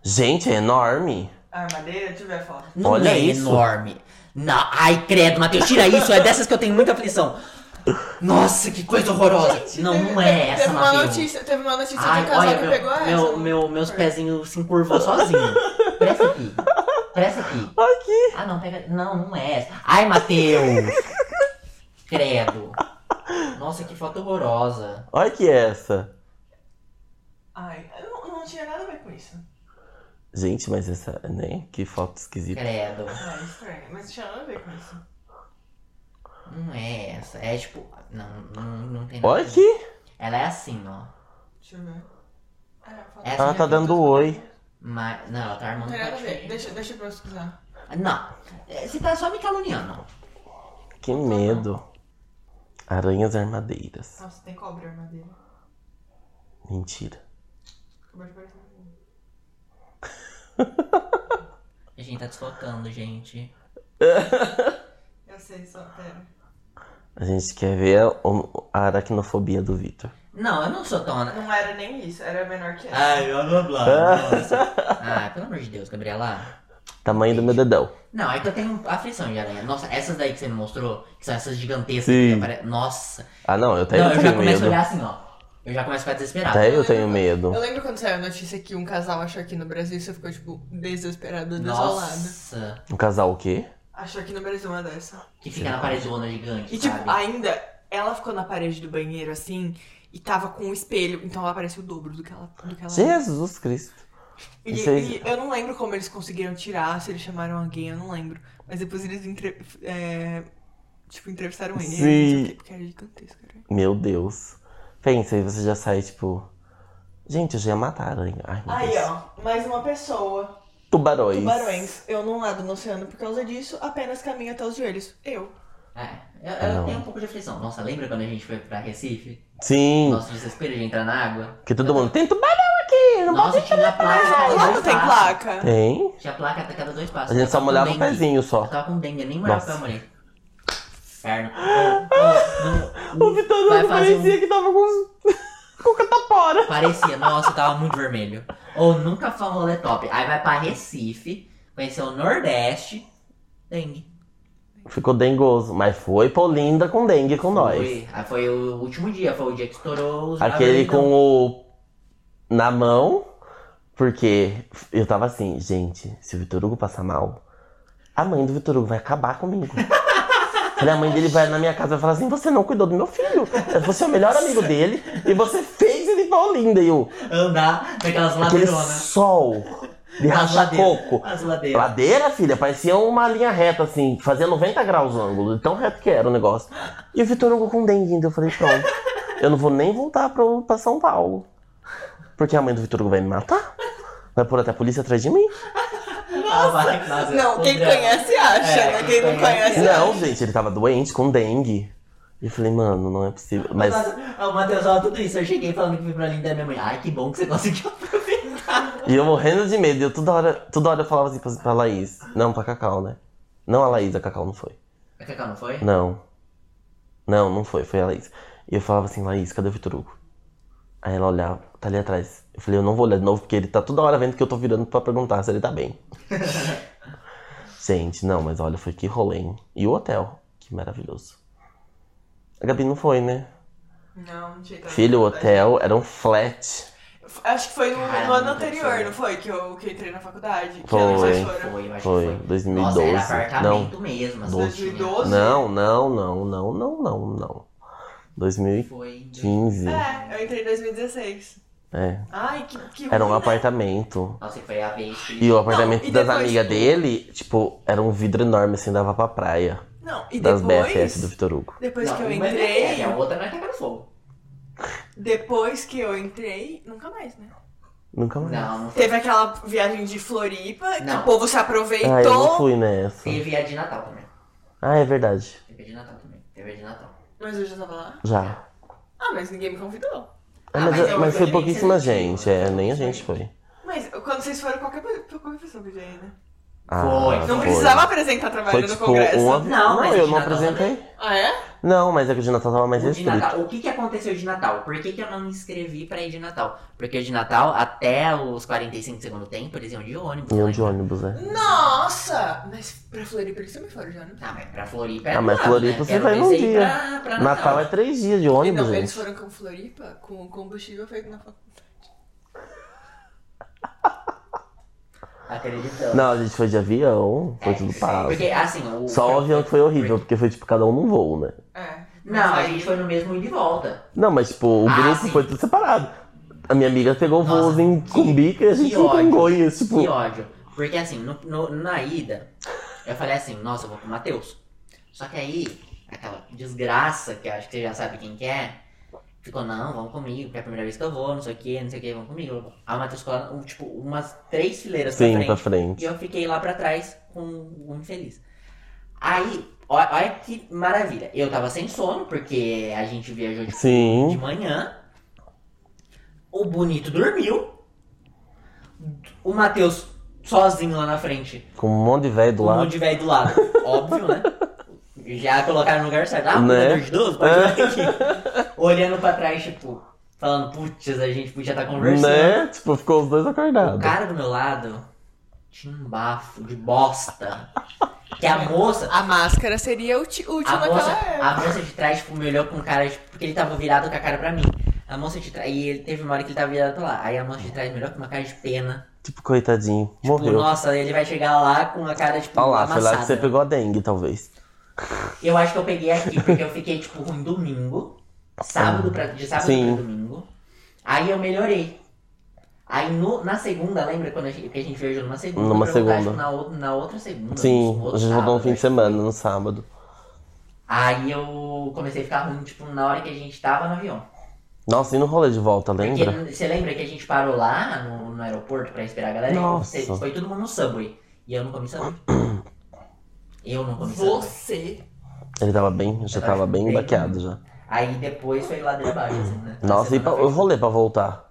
Gente, é enorme. A armadeira, tiver foto. Não Olha é isso. enorme. Não, ai, credo, Matheus, tira isso. É dessas que eu tenho muita aflição. Nossa, que coisa horrorosa. não, não é essa, Teve uma Matheus. notícia, teve uma notícia Ai, de um casal olha, que meu, pegou meu- essa. meu- meus pezinhos se encurvou sozinho. Presta aqui. Presta aqui. Aqui. Ah, não, pega. Não, não é essa. Ai, Matheus. Credo. Nossa, que foto horrorosa. Olha que essa. Ai, não, não tinha nada a ver com isso. Gente, mas essa. Né? Que foto esquisita. Credo. Ai, É, estranho, mas não tinha nada a ver com isso. Não é essa. É tipo. Não, não, não É. tem nada. Olha aqui. Ela é assim, ó. Deixa eu ver. Ah, foto. Essa Ela tá dando oi. Mas. Não, ela tá Não armando tem nada a pra ver. ti. Deixa, deixa eu pesquisar. Não. É, Você tá só me caluniando. Que medo. Aranhas armadeiras. Nossa, tem cobra armadeira. Mentira. Acabou de aparecer. um. A gente tá desfocando, gente. Eu sei, só pera. A gente quer ver a, a aracnofobia do Victor. Não, eu não sou tão. ana- Não era nem isso, era menor que essa. Ai, blá blá blá. nossa. (laughs) Ah, pelo amor de Deus, Gabriela. Tamanho do meu dedão. Não, é que eu tenho aflição de aranha. Nossa, essas daí que você me mostrou, que são essas gigantescas. Sim. que apare- Nossa. Ah, não, eu Tá tenho, Não, eu já tenho começo a medo. olhar assim, ó. Eu já começo a ficar desesperado. Até eu tenho medo. Eu lembro quando saiu a notícia que um casal achou aqui no Brasil e você ficou, tipo, desesperado, desolado. Nossa. Um casal o quê? Achou aqui no Brasil uma dessa. Que fica na paredona gigante, E, tipo, sabe? ainda, ela ficou na parede do banheiro, assim, e tava com um espelho, então ela parecia o dobro do que ela, do Ah. que ela era. Jesus Cristo. E, isso aí- e eu não lembro como eles conseguiram tirar, se eles chamaram alguém, eu não lembro. Mas depois eles, entre- é, tipo, entrevistaram ele, Sim. não sei o quê, porque era gigantesco, cara. Meu Deus. Pensa, aí você já sai, tipo. Gente, eu já ia matar a aranha. Ai, meu Aí, Deus. ó, mais uma pessoa, Tubarões. tubarões, eu não nado no oceano por causa disso, apenas caminho até os joelhos, eu. É, eu, eu Não. tenho um pouco de aflição. Nossa, lembra quando a gente foi pra Recife? Sim, Nosso desespero de entrar na água? que todo mundo. Tem tubarão aqui! Não Nossa, tinha a placa. a cada Lá dois não tá. tem passos. placa. Tem? Tinha placa a cada dois passos. A gente Eu só tava com molhava o dengue. pezinho Eu só. tava com dengue, eu nem molhava Nossa. pra morrer. Inferno. Ô, ô, ô, Vai fazer um- que tava com. (laughs) com catapora. Parecia, nossa, tava muito vermelho. Ou nunca foi um rolê top. Aí vai pra Recife, conhecer o Nordeste, dengue. Ficou dengoso, mas foi Polinda com dengue com nós. Foi, aí foi o último dia, foi o dia que estourou os Aquele bravinhos. com o. na mão, porque eu tava assim, gente, se o Vitor Hugo passar mal, a mãe do Vitor Hugo vai acabar comigo. Falei, a mãe dele vai na minha casa e vai falar assim: você não cuidou do meu filho, você é o melhor amigo dele e você fez ele Paulinda. E eu, Andar naquelas aquele ladeironas. sol de As rachar ladeiras. coco. As ladeiras. Ladeira, filha, parecia uma linha reta, assim, fazia 90 graus o ângulo, de tão reto que era o negócio. E o Vitor Hugo com dengue ainda, eu falei, pronto, eu não vou nem voltar pro, pra São Paulo. Porque a mãe do Vitor Hugo vai me matar? Vai pôr até a polícia atrás de mim? Nossa. Nossa. Não, quem André. conhece acha, É, né? Quem não conhece Não, gente, ele tava doente, com dengue. E eu falei, mano, não é possível. Mas Nossa, o Matheus fala tudo isso. Eu cheguei falando que fui pra linda da minha mãe. Ai, que bom que você conseguiu (laughs) aproveitar. E eu morrendo de medo, e eu toda hora, toda hora eu falava assim pra, pra Laís. Não, pra Cacau, né? Não a Laís, a Cacau não foi. A Cacau não foi? Não. Não, não foi, foi a Laís. E eu falava assim, Laís, cadê o Vitor Hugo? Aí ela olhava, tá ali atrás. Eu falei, eu não vou olhar de novo, porque ele tá toda hora vendo que eu tô virando pra perguntar se ele tá bem. Gente, não, mas olha, foi que rolê, hein? E o hotel, que maravilhoso. A Gabi não foi, né? Não, tá, não tinha Filho, o hotel era um flat. Acho que foi no, Cara, no ano não anterior, sei. não foi? Que eu, que eu entrei na faculdade? Que Foi. ano vocês foram? Foi, eu acho Foi, que foi. 2012. Nossa, era apartamento mesmo. assim, as 2012? cozinhas. Não, não, não, não, não, não, não. 2015. Foi. em dois- É, eu entrei em 2016. É. Ai, que, que Era um ruim, né? apartamento. Nossa, foi a vez que... E o apartamento Não, e das depois- amigas dele, tipo, era um vidro enorme, assim, dava pra praia. Não, e das BFF do depois... Vitor Hugo. Depois Não, que eu uma entrei... É, e a outra na Cacau Fogo. Depois que eu entrei... Nunca mais, né? Nunca mais. Não, não foi. Teve aquela viagem de Floripa, que Não. o povo se aproveitou. Ah, eu não fui nessa. Teve a de Natal também. Ah, é verdade. Teve a de Natal também. Teve a de Natal. Mas eu já tava lá. Já. Ah, mas ninguém me convidou. Ah, Ah, mas, mas eu- mas eu foi nem pouquíssima sei. gente, é, nem a gente foi. Mas quando vocês foram, qualquer, qualquer pessoa podia ir, né? Ah, Foi. Não foi. precisava apresentar trabalho Foi no tipo congresso. uma. Não, mas eu de não Natal né? apresentei. Ah, é? Não, mas é que o de Natal tava O mais de restrito. Natal. O que, que aconteceu de Natal? Por que, que eu não me inscrevi pra ir de Natal? Porque de Natal, até os 45 do segundo tempo, eles iam de ônibus. Iam né? de ônibus, né? Nossa! Mas pra Floripa eles também foram já, né? Ah, mas pra Floripa é Ah, do mas lado, Floripa né? você Quero vai ver num se ir dia. Pra, pra Natal é três dias de ônibus, não, eles gente. foram com Floripa com combustível feito na faculdade. Acreditando. Não, a gente foi de avião, É, foi tudo pago. Porque, assim, o... Só o avião que foi horrível, porque foi tipo cada um num voo, né? É. Não, a gente foi no mesmo ida e volta. Não, mas tipo, o Ah, grupo sim. foi tudo separado. A minha amiga pegou o Nossa, voo em que- Cumbica e a gente que em ódio. Congonhas, tipo. Que ódio. Porque, assim, no, no- na ida, eu falei assim, nossa, eu vou com o Matheus. Só que aí, aquela desgraça, que eu acho que você já sabe quem que é, ficou, não, vamos comigo, porque é a primeira vez que eu vou, não sei o que, não sei o que, vão comigo. Aí o Matheus ficou, lá, um, tipo, umas três fileiras pra Sim, frente. pra frente. E eu fiquei lá pra trás com o infeliz. Aí, Olha, olha que maravilha. Eu tava sem sono, porque a gente viajou de, de Sim. manhã. O bonito dormiu. O Matheus sozinho lá na frente. Com um monte de velho do Com um monte lado. de velho do lado. Óbvio, né? Já colocaram no lugar certo. Ah, Né? cuidador É. de idoso, pode ir aqui. Olhando pra trás, tipo, falando, putz, a gente podia estar conversando. Né? Tipo, ficou os dois O acordados. cara do meu lado tinha um bafo de bosta. Que a moça. A máscara seria útil, útil A moça, Tipo, naquela época. a moça de trás, tipo, me olhou com cara, tipo, porque ele tava virado com a cara pra mim. A moça de trás, e ele teve uma hora que ele tava virado pra lá. Aí a moça de trás me olhou com uma cara de pena. Tipo, coitadinho. Tipo, Morreu. nossa, ele vai chegar lá com a cara, tipo, Olha lá, foi lá amassada. que você pegou a dengue, talvez. Eu acho que eu peguei aqui, porque eu fiquei, tipo, ruim domingo. Sábado pra, de sábado Sim. pra domingo. Aí eu melhorei. Aí no, na segunda, lembra quando a gente, que a gente viajou numa segunda? Numa pra voltar, segunda. tipo, na, outra, na outra segunda. Sim, no a outro gente voltou no sábado, um né? fim de semana, no sábado. Aí eu comecei a ficar ruim, tipo, na hora que a gente tava no avião. Nossa, e no rolê de volta, Porque lembra? você lembra que a gente parou lá no, no aeroporto pra esperar a galera? Nossa. Você- Foi todo mundo no Subway. E eu não comi Subway. Eu não comi Subway. Você. Ele tava bem, já Eu tava acho bem bem- né? baqueado já. Aí depois foi lá de baixo, assim, né? Nossa, e Semana pra, foi- o rolê pra voltar?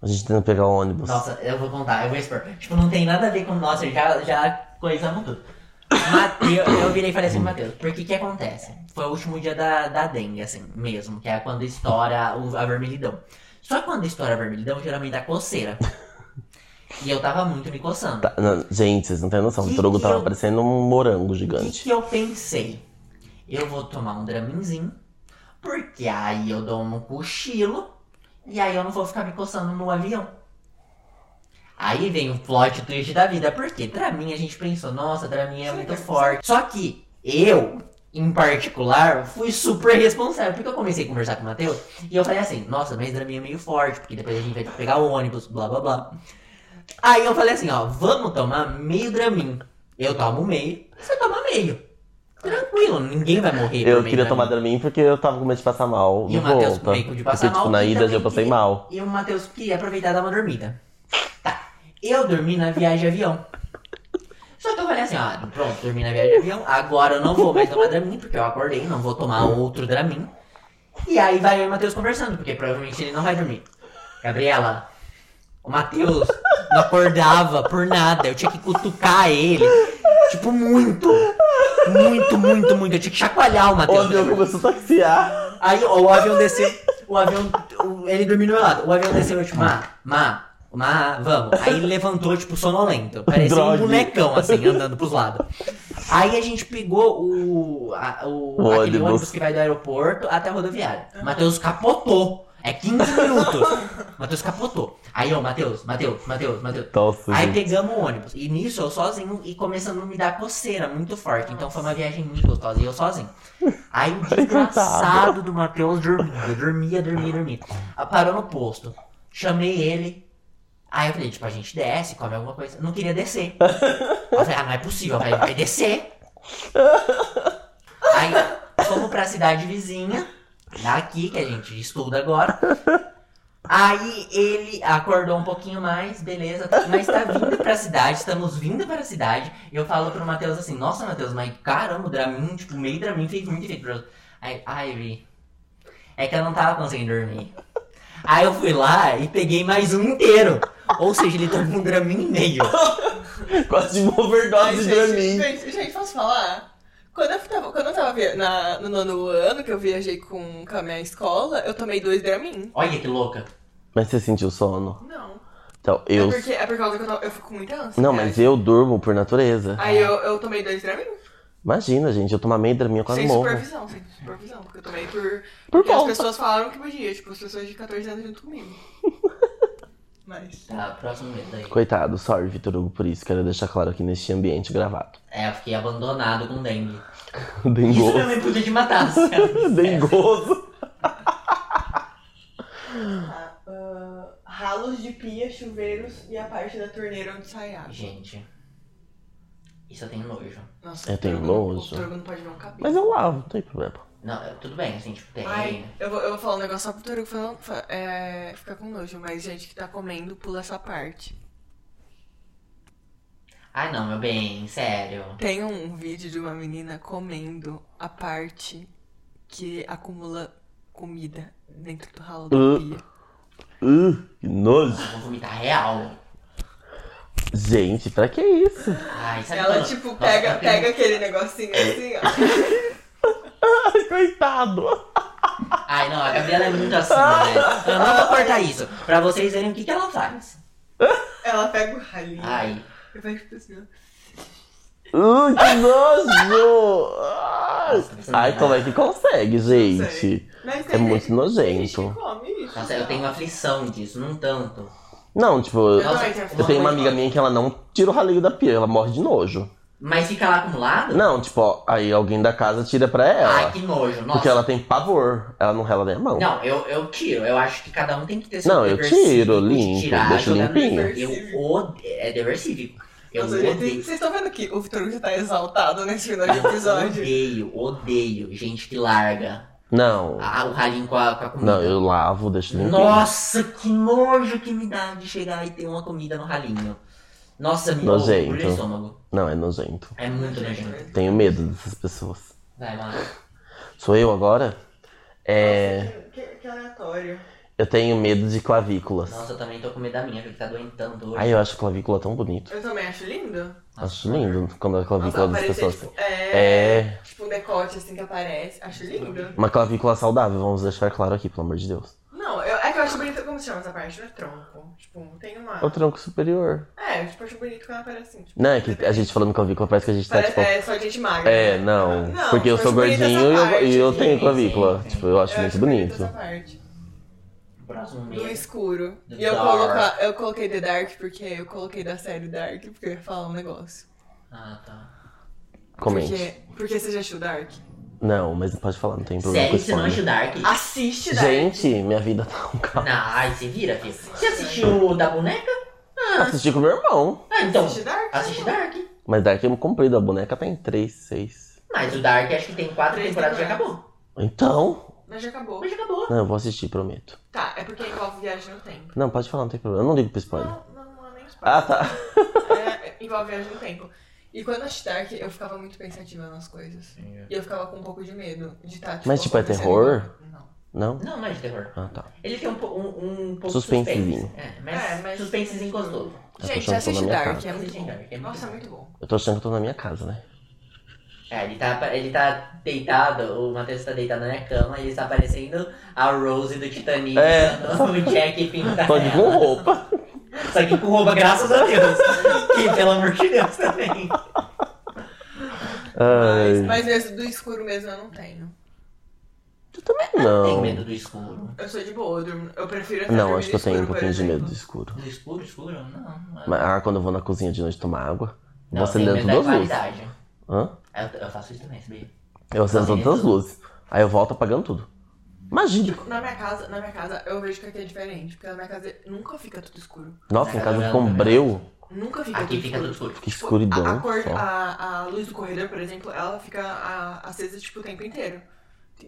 A gente tentando pegar o ônibus. Nossa, eu vou contar, eu vou expor. Tipo, não tem nada a ver com. Nossa, já, já coisamos tudo. Mateus, eu virei e falei assim, Matheus, por que que acontece? Foi o último dia da, da dengue, assim, mesmo, que é quando estoura o- a vermelhidão. Só que quando estoura a vermelhidão, geralmente dá coceira. E eu tava muito me coçando. Tá, não, gente, vocês não têm noção. O Que Trogo que tava eu- parecendo um morango O que, gigante. que eu pensei? Eu vou tomar um draminzinho, porque aí eu dou um cochilo e aí eu não vou ficar me coçando no avião. Aí vem o plot twist da vida, porque Dramin a gente pensou, nossa, Dramin é muito forte. Só que eu, em particular, fui super responsável, porque eu comecei a conversar com o Matheus e eu falei assim, nossa, mas Dramin é meio forte, porque depois a gente vai ter que pegar o ônibus, blá blá blá. Aí eu falei assim, ó, vamos tomar meio Dramin. Eu tomo meio, você toma meio. Tranquilo, ninguém vai morrer né? por Eu meio queria Dramin. tomar Dramin porque eu tava com medo de passar mal. é E no o Matheus volta. meio que de passar porque, tipo, mal, na e ida também já passei que- mal. E o Matheus queria aproveitar e dar uma dormida. Tá. Eu dormi na viagem de avião. Só que eu falei assim, ah, pronto, dormi na viagem de avião, agora eu não vou mais tomar Dramin, porque eu acordei, não vou tomar outro Dramin. E aí vai eu e o Matheus conversando, porque provavelmente ele não vai dormir. Gabriela, o Matheus não acordava por nada, eu tinha que cutucar ele. Tipo, muito. Muito, muito, muito. Eu tinha que chacoalhar o O Matheus. avião começou a (laughs) taxiar. Aí ó, o avião desceu, o avião. o- ele dormiu do meu lado. O avião desceu, eu tipo, Má, Má, Má, vamos. Aí ele levantou, tipo, sonolento. Parecia Drogue. um bonecão, assim, andando pros lados. Aí a gente pegou o. a- o, O aquele ônibus. ônibus que vai do aeroporto até a rodoviária. Matheus capotou. É 15 minutos. Matheus capotou. Aí, ó, Matheus, Matheus, Matheus, Matheus. Nossa, Aí gente. pegamos o ônibus. E nisso eu sozinho e começando a me dar coceira muito forte. Então foi uma viagem muito gostosa. E eu sozinho. (laughs) Aí o desgraçado do Matheus dormia, dormia, dormia, dormia. Ah, Parou no posto. Chamei ele. Aí eu falei, tipo, a gente desce, come alguma coisa. Não queria descer. Aí eu falei, ah, não é possível. Eu falei, vai descer. Aí fomos pra cidade vizinha, daqui, que a gente estuda agora. Aí ele acordou um pouquinho mais, beleza, mas tá vindo pra cidade, estamos vindo pra cidade. E eu falo pro Matheus assim, nossa, Matheus, mas caramba, o Dramin, tipo, meio Dramin fez muito efeito. pra- Aí, ai, Vi, é que eu não tava conseguindo dormir. Aí eu fui lá e peguei mais um inteiro. Ou seja, ele tomou um Dramin e meio. Quase uma Ai, overdose de Dramin. gente, gente, gente, posso falar? Quando eu tava, quando eu tava via- na, no nono ano, que eu viajei com, com a minha escola, eu tomei dois Dramin. Olha que louca. Mas você sentiu sono? Não. Então, É, eu. porque, é por causa que eu, tava- eu fico com muita ânsia. né? Não, mas eu durmo por natureza. Aí eu, eu tomei dois Dramin. Imagina, gente, eu tomar meio Dramin, eu quase sem morro. supervisão, sem supervisão. Porque eu tomei por. Por porque as conta. pessoas falaram que podia, tipo, as pessoas de 14 anos junto (laughs) comigo. mas. Tá, próximo mês aí. Coitado, sorry, Vitor Hugo, por isso. Quero deixar claro aqui neste ambiente gravado. (laughs) É, eu fiquei abandonado com dengue. Isso é Dengoso. minha mãe podia te matar, sabe? (laughs) Dengoso. Ah, ralos de pia, chuveiros e a parte da torneira onde sai água. Gente, isso eu tenho nojo. Nossa, Eu tenho o Drogo- nojo. O Drogo não pode ver um cabelo. É Mas eu lavo, não tem problema. Não, é- tudo bem, assim, tipo, tem. Ai, é. eu vou, eu vou falar um negócio só pro Torugo pra não fa- é, ficar com nojo, mas gente que tá comendo, pula essa parte. Ai não, meu bem, sério. Tem um vídeo de uma menina comendo a parte que acumula comida dentro do ralo da Ah. pia. Uh, que nojo. Vou vomitar real. Gente, pra que isso? (laughs) Ai, sabe Ela, quando- tipo, Nossa, pega, eu tenho- pega aquele negocinho assim, ó. Ai, coitado. Ai não, a Gabriela é muito assim, né? Eu não vou cortar isso. Pra vocês verem o que, que ela faz. Ela pega o ralinho Ai. e vai tipo assim, ó. Uh, que nojo. Ai. Nossa, você não Ai, vai. como é que consegue, gente? Mas É muito Gente, nojento. come isso. Nossa, eu tenho uma aflição disso, não tanto. Não, tipo, Eu também tenho eu tenho uma amiga minha. minha que ela não tira o ralinho da pia, ela morre de nojo. Mas fica lá acumulado? Não, tipo, ó, aí alguém da casa tira pra Ai, ela. que nojo, nossa. Porque ela tem pavor, ela não rela nem a mão. Não, eu, eu tiro. Eu acho que cada um tem que ter seu Não, eu dever cívico tiro, de limpo, tirar, deixo jogar no limpinho. dever- Eu odeio. É dever cívico. Eu Nossa, gente, odeio. Vocês estão vendo que o Vitor já tá exaltado nesse final de Eu episódio. Odeio, odeio gente que larga Não, a- o ralinho com a, com a comida. não, eu lavo, deixo limpinho. Nossa, que nojo que me dá de chegar e ter uma comida no ralinho. Nossa, me Nojento. orgulha o estômago. Não, é nojento. É muito nojento. Tenho medo dessas pessoas. Vai, mano. Sou eu agora? É. Que, que aleatório. Eu tenho medo de clavículas. Nossa, eu também tô com medo da minha, porque tá doentando hoje. Ai, eu acho clavícula tão bonito. Eu também acho lindo. Acho lindo quando é a Nossa, clavícula das aparecer, pessoas. tipo, é, É. tipo um decote assim que aparece. Acho lindo. Uma clavícula saudável, vamos deixar claro aqui, pelo amor de Deus. Não, eu, é que eu acho bonito. Como se chama essa parte? Não é tronco. Tipo, tem uma. É o tronco superior. É, eu tipo, acho bonito quando ela aparece assim. Tipo, Não, é que a gente falando clavícula parece que a gente tá Parece, tipo. é só gente magra. É, né? não. Não, Porque eu eu sou acho bonita gordinho e essa eu, e eu parte. tenho clavícula. Sim, sim. Tipo, eu acho Eu muito bonita bonito. essa parte. Próximo No mês. escuro. The e eu, Dark. coloca, eu coloquei The Dark porque eu coloquei da série Dark porque eu ia falar um negócio. Ah, tá. Comente. Porque, porque você já assistiu Dark? Não, mas pode falar, não tem problema com Sério que você não spoiler. acha o Dark? Assiste Dark. Gente, minha vida tá um caos. Não, ai, se vira, filho. Você assistiu o da boneca? Assisti com meu irmão. Ah, então. Assiste Dark? Assiste Dark. Mas Dark é comprido, a boneca tem 3, 6. Mas o Dark acho que tem quatro Três temporadas e já temporadas. acabou. Então. Mas já acabou. Mas já acabou. Não, eu vou assistir, prometo. Tá, é porque envolve viagem no tempo. Não, pode falar, não tem problema. Eu não ligo pro spoiler. Não, não, não é nem spoiler. Ah, tá. É, envolve viagem no tempo. E quando eu assisti Dark, eu ficava muito pensativa nas coisas. E eu ficava com um pouco de medo de tá, estar, Mas, tipo, é terror? Não. Não? Não, não é de terror. Ah, tá. Ele tem um, po- um, um pouco Suspensezinho. de suspense. É, mas, É, mas- suspensezinho gostoso. Tá Gente, puxando toda a assiste minha Dark, cara. é muito Assiste bom. Dark, é muito Nossa, é bom. muito bom. Eu tô achando que eu tô na minha casa, né? É, ele tá, ele tá deitado, o Matheus tá deitado na minha cama, ele está parecendo a Rose do Titanic. É. O Jack pinta Tô de com ela. roupa. Só que com roupa, graças a Deus. que, pelo amor de Deus, também. Mas, Ai. mas esse do escuro mesmo eu não tenho. Tu também Tem não. medo né? do escuro. Eu sou de boa, eu, durmo- eu prefiro até Não, dormir acho que no eu tenho um escuro, por pouquinho de exemplo. medo do escuro. Do escuro, escuro? Não. não. é. Mas, ah, quando eu vou na cozinha de noite tomar água, eu Não, tem acendo medo é da todas as luzes. claridade. Hã? Eu, eu faço isso também, sabia? Eu acendo Acende todas as tudo. luzes. Aí eu volto apagando tudo. Imagina. Tipo, na minha casa, na minha casa, eu vejo que aqui é diferente, porque na minha casa nunca fica tudo escuro. Nossa, em casa ficou um breu. Nunca fica Aqui tudo fica escuro. tudo escuro. Que Tipo, A, a escuridão. cor- Só. a- a luz do corredor, por exemplo, ela fica a- acesa tipo, o tempo inteiro.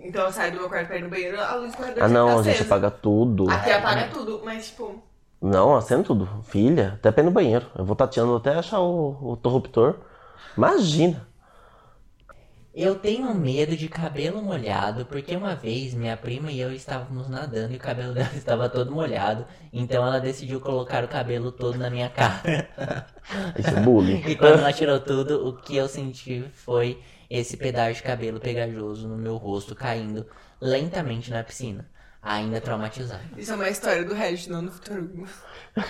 Então eu saio do meu quarto pra ir no banheiro, a luz do corredor Ah, sempre não, tá a gente acesa. Ah. apaga tudo. Aqui apaga tudo, mas tipo, Não, eu acendo tudo. Filha, até pra ir no banheiro. Eu vou tateando até achar o, o interruptor. Imagina. Eu tenho um medo de cabelo molhado, porque uma vez minha prima e eu estávamos nadando e o cabelo dela (laughs) estava todo molhado, então ela decidiu colocar o cabelo todo na minha cara. Isso (laughs) é bullying. E quando ela tirou tudo, o que eu senti foi esse pedaço de cabelo pegajoso no meu rosto caindo lentamente na piscina, ainda traumatizado. isso é uma história do Regis, não do (laughs) futuro. É porque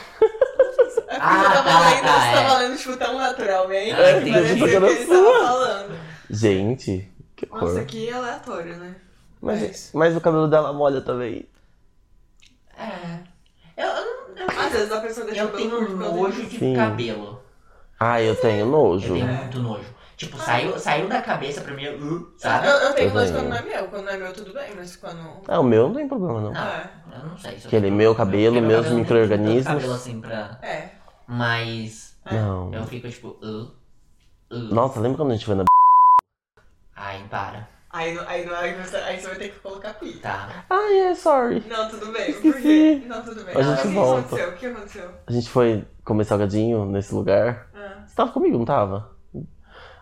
Ah, você tava tá, lendo, tá, você tava é. lendo tipo tão naturalmente, Ah, é, entendi. parecia o que Jogando ele tava falando. Gente, que Nossa, cor. que aleatório, né? Mas, mas o cabelo dela molha também. É. Eu, eu, eu, Às vezes a pessoa deixa o eu cabelo tenho curto por causa nojo disso. de Sim. cabelo. Ah, eu tenho nojo. Eu tenho muito nojo. Tipo, saiu, saiu da cabeça pra mim, eu, uh, sabe? Eu, eu tenho Tá? Eu nojo tenho. quando não é meu. Quando não é meu, tudo bem, mas quando. Ah, o meu não tem problema, não. Ah, Eu não sei. se eu Aquele tenho- meu cabelo, porque meus cabelo não tem micro-organismos. tanto cabelo assim pra... é. Mas É. Não. eu fico tipo, uh, uh. Nossa, lembra quando a gente foi na. b****? Ai, para. Aí, não- aí, não- aí, você, aí você vai ter que colocar pi. Tá. Ah, é, sorry. Não, tudo bem. Esqueci. Porque... Não, tudo bem. A gente o que volta. aconteceu? O que aconteceu? A gente foi comer salgadinho nesse lugar. Ah, Você tava comigo, não tava?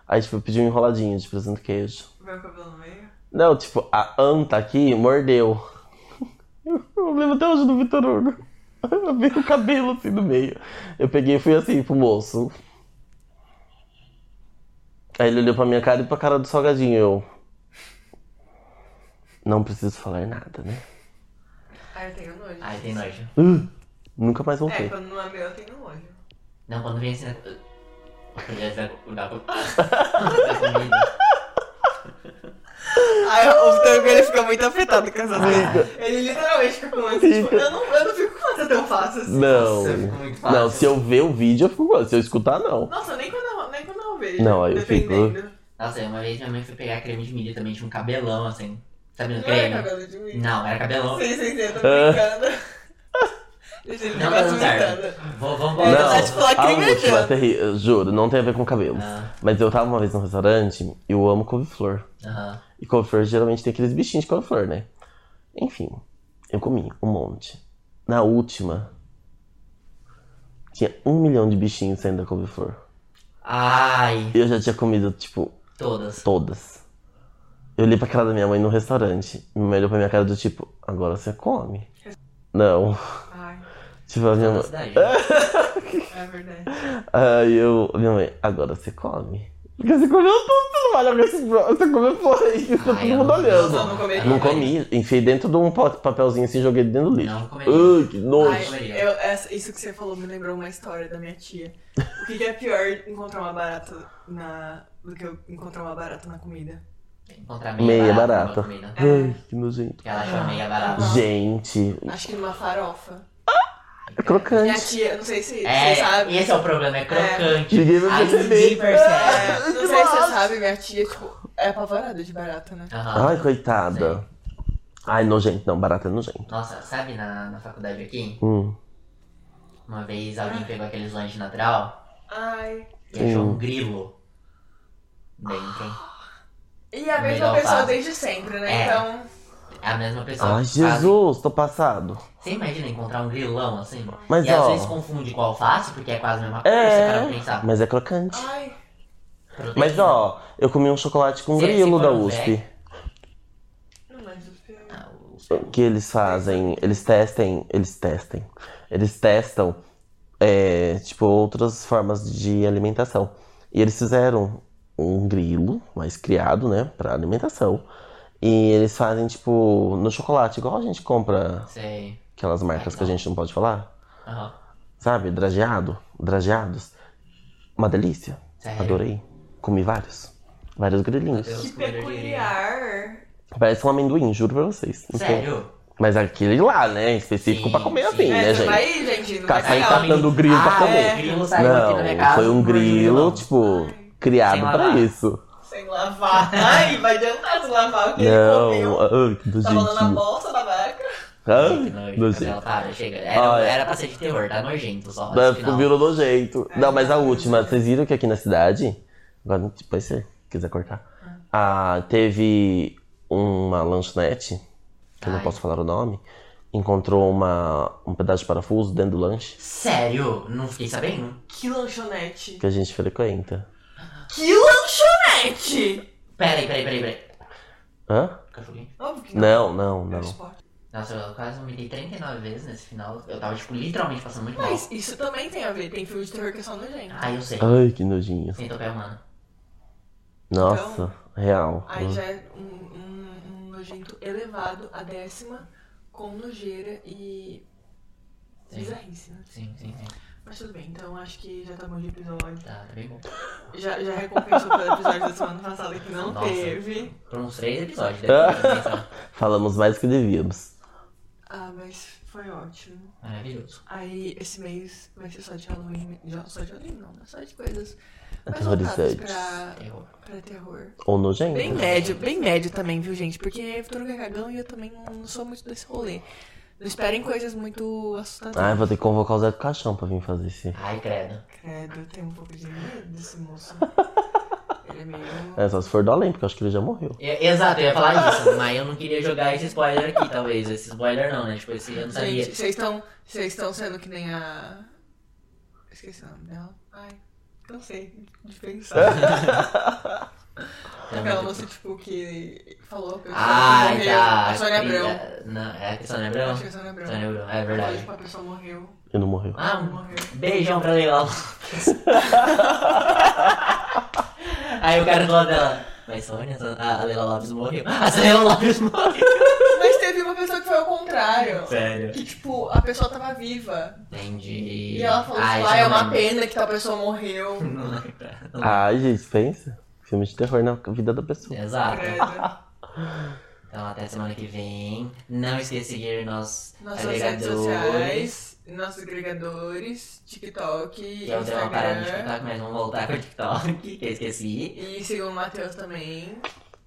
Aí, tipo, eu pedi um enroladinho de presunto e queijo. Meu cabelo no meio. Não, tipo, a anta aqui mordeu. (laughs) Eu lembro até hoje do Vitor Hugo. (laughs) Eu vi o cabelo assim no meio. Eu peguei e fui assim pro moço. Aí ele olhou pra minha cara e pra cara do salgadinho. Eu. Não preciso falar nada, né? (gasps) Ai, eu tenho nojo. Ai, tem nojo. Uh, nunca mais É, voltei. quando não é meu, eu tenho nojo. Não, quando vem esse. uh. Quando vem esse- o (laughs) da- da comida. Ai, o Tango ele fica muito afetado com essas coisas. (laughs) Ele literalmente fica com ânsia. Tipo, eu não, eu não fico com ânsia tão fácil assim. Não. Nossa, ficou muito fácil. Não, se eu ver o vídeo, eu fico. com- Se eu escutar, não. Nossa, nem quando eu, nem quando eu vejo. Não, aí eu fico- dependendo. Nossa, uma vez minha mãe foi pegar creme de milho também, tinha um cabelão assim. Sabe no Não é creme? cabelo de mim. Não, era cabelão. Sim, sim, sim, eu tô Ah. brincando. (laughs) Deixa ele tá Não, ficar não, surtando. não. Vou- Vamos É, voltar. tá de falar a que nem última, beijando. terri- eu juro, não tem a ver com cabelos. Ah. Mas eu tava uma vez num restaurante e eu amo couve-flor. Aham. E couve-flor geralmente tem aqueles bichinhos de couve-flor, né? Enfim, eu comi um monte. Na última, tinha um milhão de bichinhos saindo da couve-flor. Ai, E eu já tinha comido, tipo, todas. todas. Eu olhei pra cara da minha mãe no restaurante. Minha mãe olhou pra minha cara do tipo, agora você come. Não. Ai, Tipo, a minha mãe. Cidade. (laughs) é verdade. Aí eu. Minha mãe, agora você come. Porque você comeu tudo, você não vai olhar esse bro- Você comeu foi. Tá todo Ai, eu mundo não- olhando. Não, não comeria. Não comi, enfiei dentro de um pa- papelzinho assim, joguei dentro do lixo. Não é. comeria. Ai, que nojo. Ai, eu- essa- isso que você falou me lembrou uma história da minha tia. O que, que é pior encontrar uma barata na. do que eu encontrar uma barata na comida? Encontrar Meia meia barata. barata. numa comida. Ai, que nojento. Que ela achou meia barata. Gente, Acho que numa farofa. é Minha crocante. tia, eu não sei se É, você sabe. esse é o problema, é crocante. Ninguém vai Aí perceber. ninguém percebe. É, não sei se você sabe, minha tia, tipo, é apavorada de barata, né? Aham. Ai, coitada. Ai, nojento, não, barata é nojento. Nossa, sabe na, na faculdade aqui? Hum. Uma vez alguém pegou aqueles lanches de Natal Ai. e achou Hum. um grilo dentro. E é a mesma Melhor pessoa fase. desde sempre, né? É. Então. É a mesma pessoa. Ai, que faz- Jesus, tô passado. Você imagina encontrar um grilão assim? Mas, e às ó. vezes confunde com alface, porque é quase a mesma coisa, você para pra É, pensar. mas é crocante. Ai. Proteína. Mas ó, eu comi um chocolate com Se- se grilo for da um USP. Não lembro do pior. Ah, o- que eles fazem, eles testem, eles testem, eles testam, é, tipo, outras formas de alimentação. E eles fizeram um grilo, mas criado, né, pra alimentação. E eles fazem, tipo, no chocolate, igual a gente compra Sei. aquelas marcas que a gente não pode falar, Aham. sabe? Drageado, drageados. Uma delícia, Sério? adorei. Comi vários, vários grilinhos. Que Deus, comedor de grilo. peculiar. Parece um amendoim, juro pra vocês. Não sei. Sério? Mas aquele lá, né, em específico Sim, pra comer sim. assim, É, né, É, você gente? vai, gente, não Ca- vai um sair pegar. Calma. catando Tá grilo É, pra Ah, comer. é, grilo saiu aqui na minha casa. foi um grilo, tipo, criado Sem pra lavar. isso. Sem lavar. Ai, vai adiantar se lavar o que ele Não, ah, comeu. Tá ai, que Tava lá na nojentinho. bolsa da vaca. Que Ai, nojo, cabelo, nojento. um para, chega. Era, assim. Olha. era pra ser de terror, tá nojento só. Não, esse ficou final. virou nojento. É, Não, mas a não, última, nojento. vocês viram que aqui na cidade, agora depois se você quiser cortar, ah, teve uma lanchonete, que eu não Ai. posso falar o nome, encontrou uma, um pedaço de parafuso dentro do lanche Sério? Não fiquei sabendo? Que lanchonete. que a gente frequenta. Que lanchonete! Peraí, peraí, peraí, peraí. Hã? Cachorrinho. Óbvio que não. Não, não, É um não. esporte. Nossa, eu quase vomitei 39 vezes nesse final. Eu tava, tipo, literalmente passando muito mal. Mas isso também tem a ver. Tem filme de terror que é só nojento. Ai, eu sei. Ai, que nojinho. Sentou pé humano. Nossa, real. Aí já é um, um- um nojento elevado à décima com nojeira e Sim. bizarrice, né? Sim, sim, sim. Mas tudo bem, então acho que já tá bom de episódio. Tá, tá bem bom. Já, já recompensou pelo episódio da semana passada que não Nossa. teve. Por uns três episódios. né, então. Ah. Deve Falamos mais que devíamos. Ah, mas foi ótimo. Maravilhoso. Aí esse mês vai ser só de Halloween. Já, só de Halloween não, né? Só de coisas mais voltadas Aterrorizantes. pra, Terror. pra terror. Ou nojento. Bem médio, bem médio também, viu, gente? Porque futuro é cagão e eu também não não sou muito desse rolê. Não esperem coisas muito Ai, assustadoras. vou ter que convocar o Zé do Caixão pra vir fazer esse. Ai, credo. Credo, eu tenho um pouco de medo desse (laughs) moço. Ele é meio. É, só se for do além, porque eu acho que ele já morreu. E- Exato, eu ia falar isso, mas eu não queria jogar esse spoiler aqui, talvez. Esse spoiler não, né? Tipo, esse eu não sabia. Gente, vocês estão. Vocês estão sendo que nem a. Esqueci o nome dela. Ai. Cansei de (laughs) pensar. Aquela moça, tipo, que falou que eu Ah, morreu. tá. A Sônia Abrão. filha- Não, é a Sônia Abrão. Acho que a Sônia Abrão. Sônia Abrão, é Falou, verdade. tipo, a pessoa morreu. E não morreu. Ah, Não morreu. beijão pra Leila (laughs) Lopes. Aí o cara do lado dela. Mas Sônia, a a Leila Lopes morreu. "Ah, A Leila (laughs) Lopes morreu. Mas teve uma pessoa que foi ao contrário. Sério. Que, tipo, a pessoa tava viva. Entendi. E ela falou, Ah, tipo, isso ah, eu é uma lembro. pena que tal pessoa (laughs) morreu. Não lembro. Não lembro. Ai, gente, pensa. Filme de terror na vida da (laughs) pessoa. Exato. Credo. Então até semana que vem. Não esqueça de seguir nossos Nossas redes agregadores. sociais, nossos agregadores, TikTok, Que eu dei uma parada de Instagram. TikTok, mas vamos voltar com o TikTok, (laughs) que eu esqueci. E sigam o Matheus também.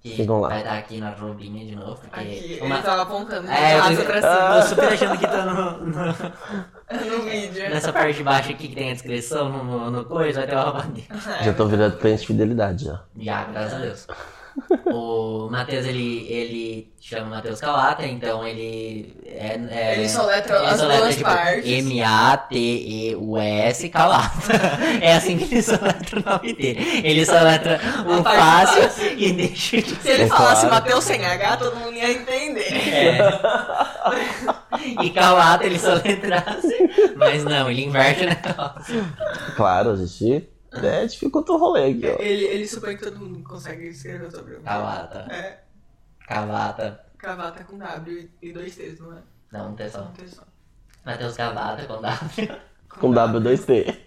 Que Sigam lá. vai estar aqui na roupinha de novo, porque. é Aqui, uma- ele tá Ah. tava apontando de É, eu tô, lado pra eu tô super achando que tá no, no- cima (laughs) no vídeo. nessa parte de baixo aqui que tem a descrição, no, no, no coisa, vai ter uma bandeira. Já tô virando cliente de fidelidade já. Já, graças a Deus. O Matheus, ele, ele chama Matheus Calata, então ele é... é- tipo, Ele soletra as duas partes. M-A-T-E-U-S Calata. (laughs) É assim que ele soletra o nome dele. Ele soletra o A parte fácil e deixa o Se ele É falasse claro. Matheus sem H, todo mundo ia entender. É. (laughs) E Calata ele só entrasse, mas não, ele inverte na calça. Claro, a gente é, dificulta o rolê aqui, ó. Ele, ele supõe que todo mundo consegue escrever o sobrenome. Ah Calata, É, Cavata, cavata com W e dois T's, não Tá. é? não, um Só um tesão. T só. Matheus Cavata com W. Com W2T.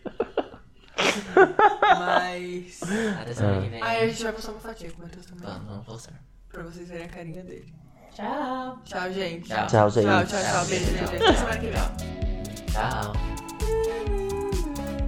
(laughs) Mas. Até semana que vem. Ah. Aí a gente vai postar uma fatia com o Matheus também. Tá. Vamos, vamos postar. Pra vocês verem a carinha dele. Tchau. Tchau, gente. Tchau. Tchau, gente. tchau, tchau. tchau. Beijo, beijo. beijo. Até semana que vem. Tchau.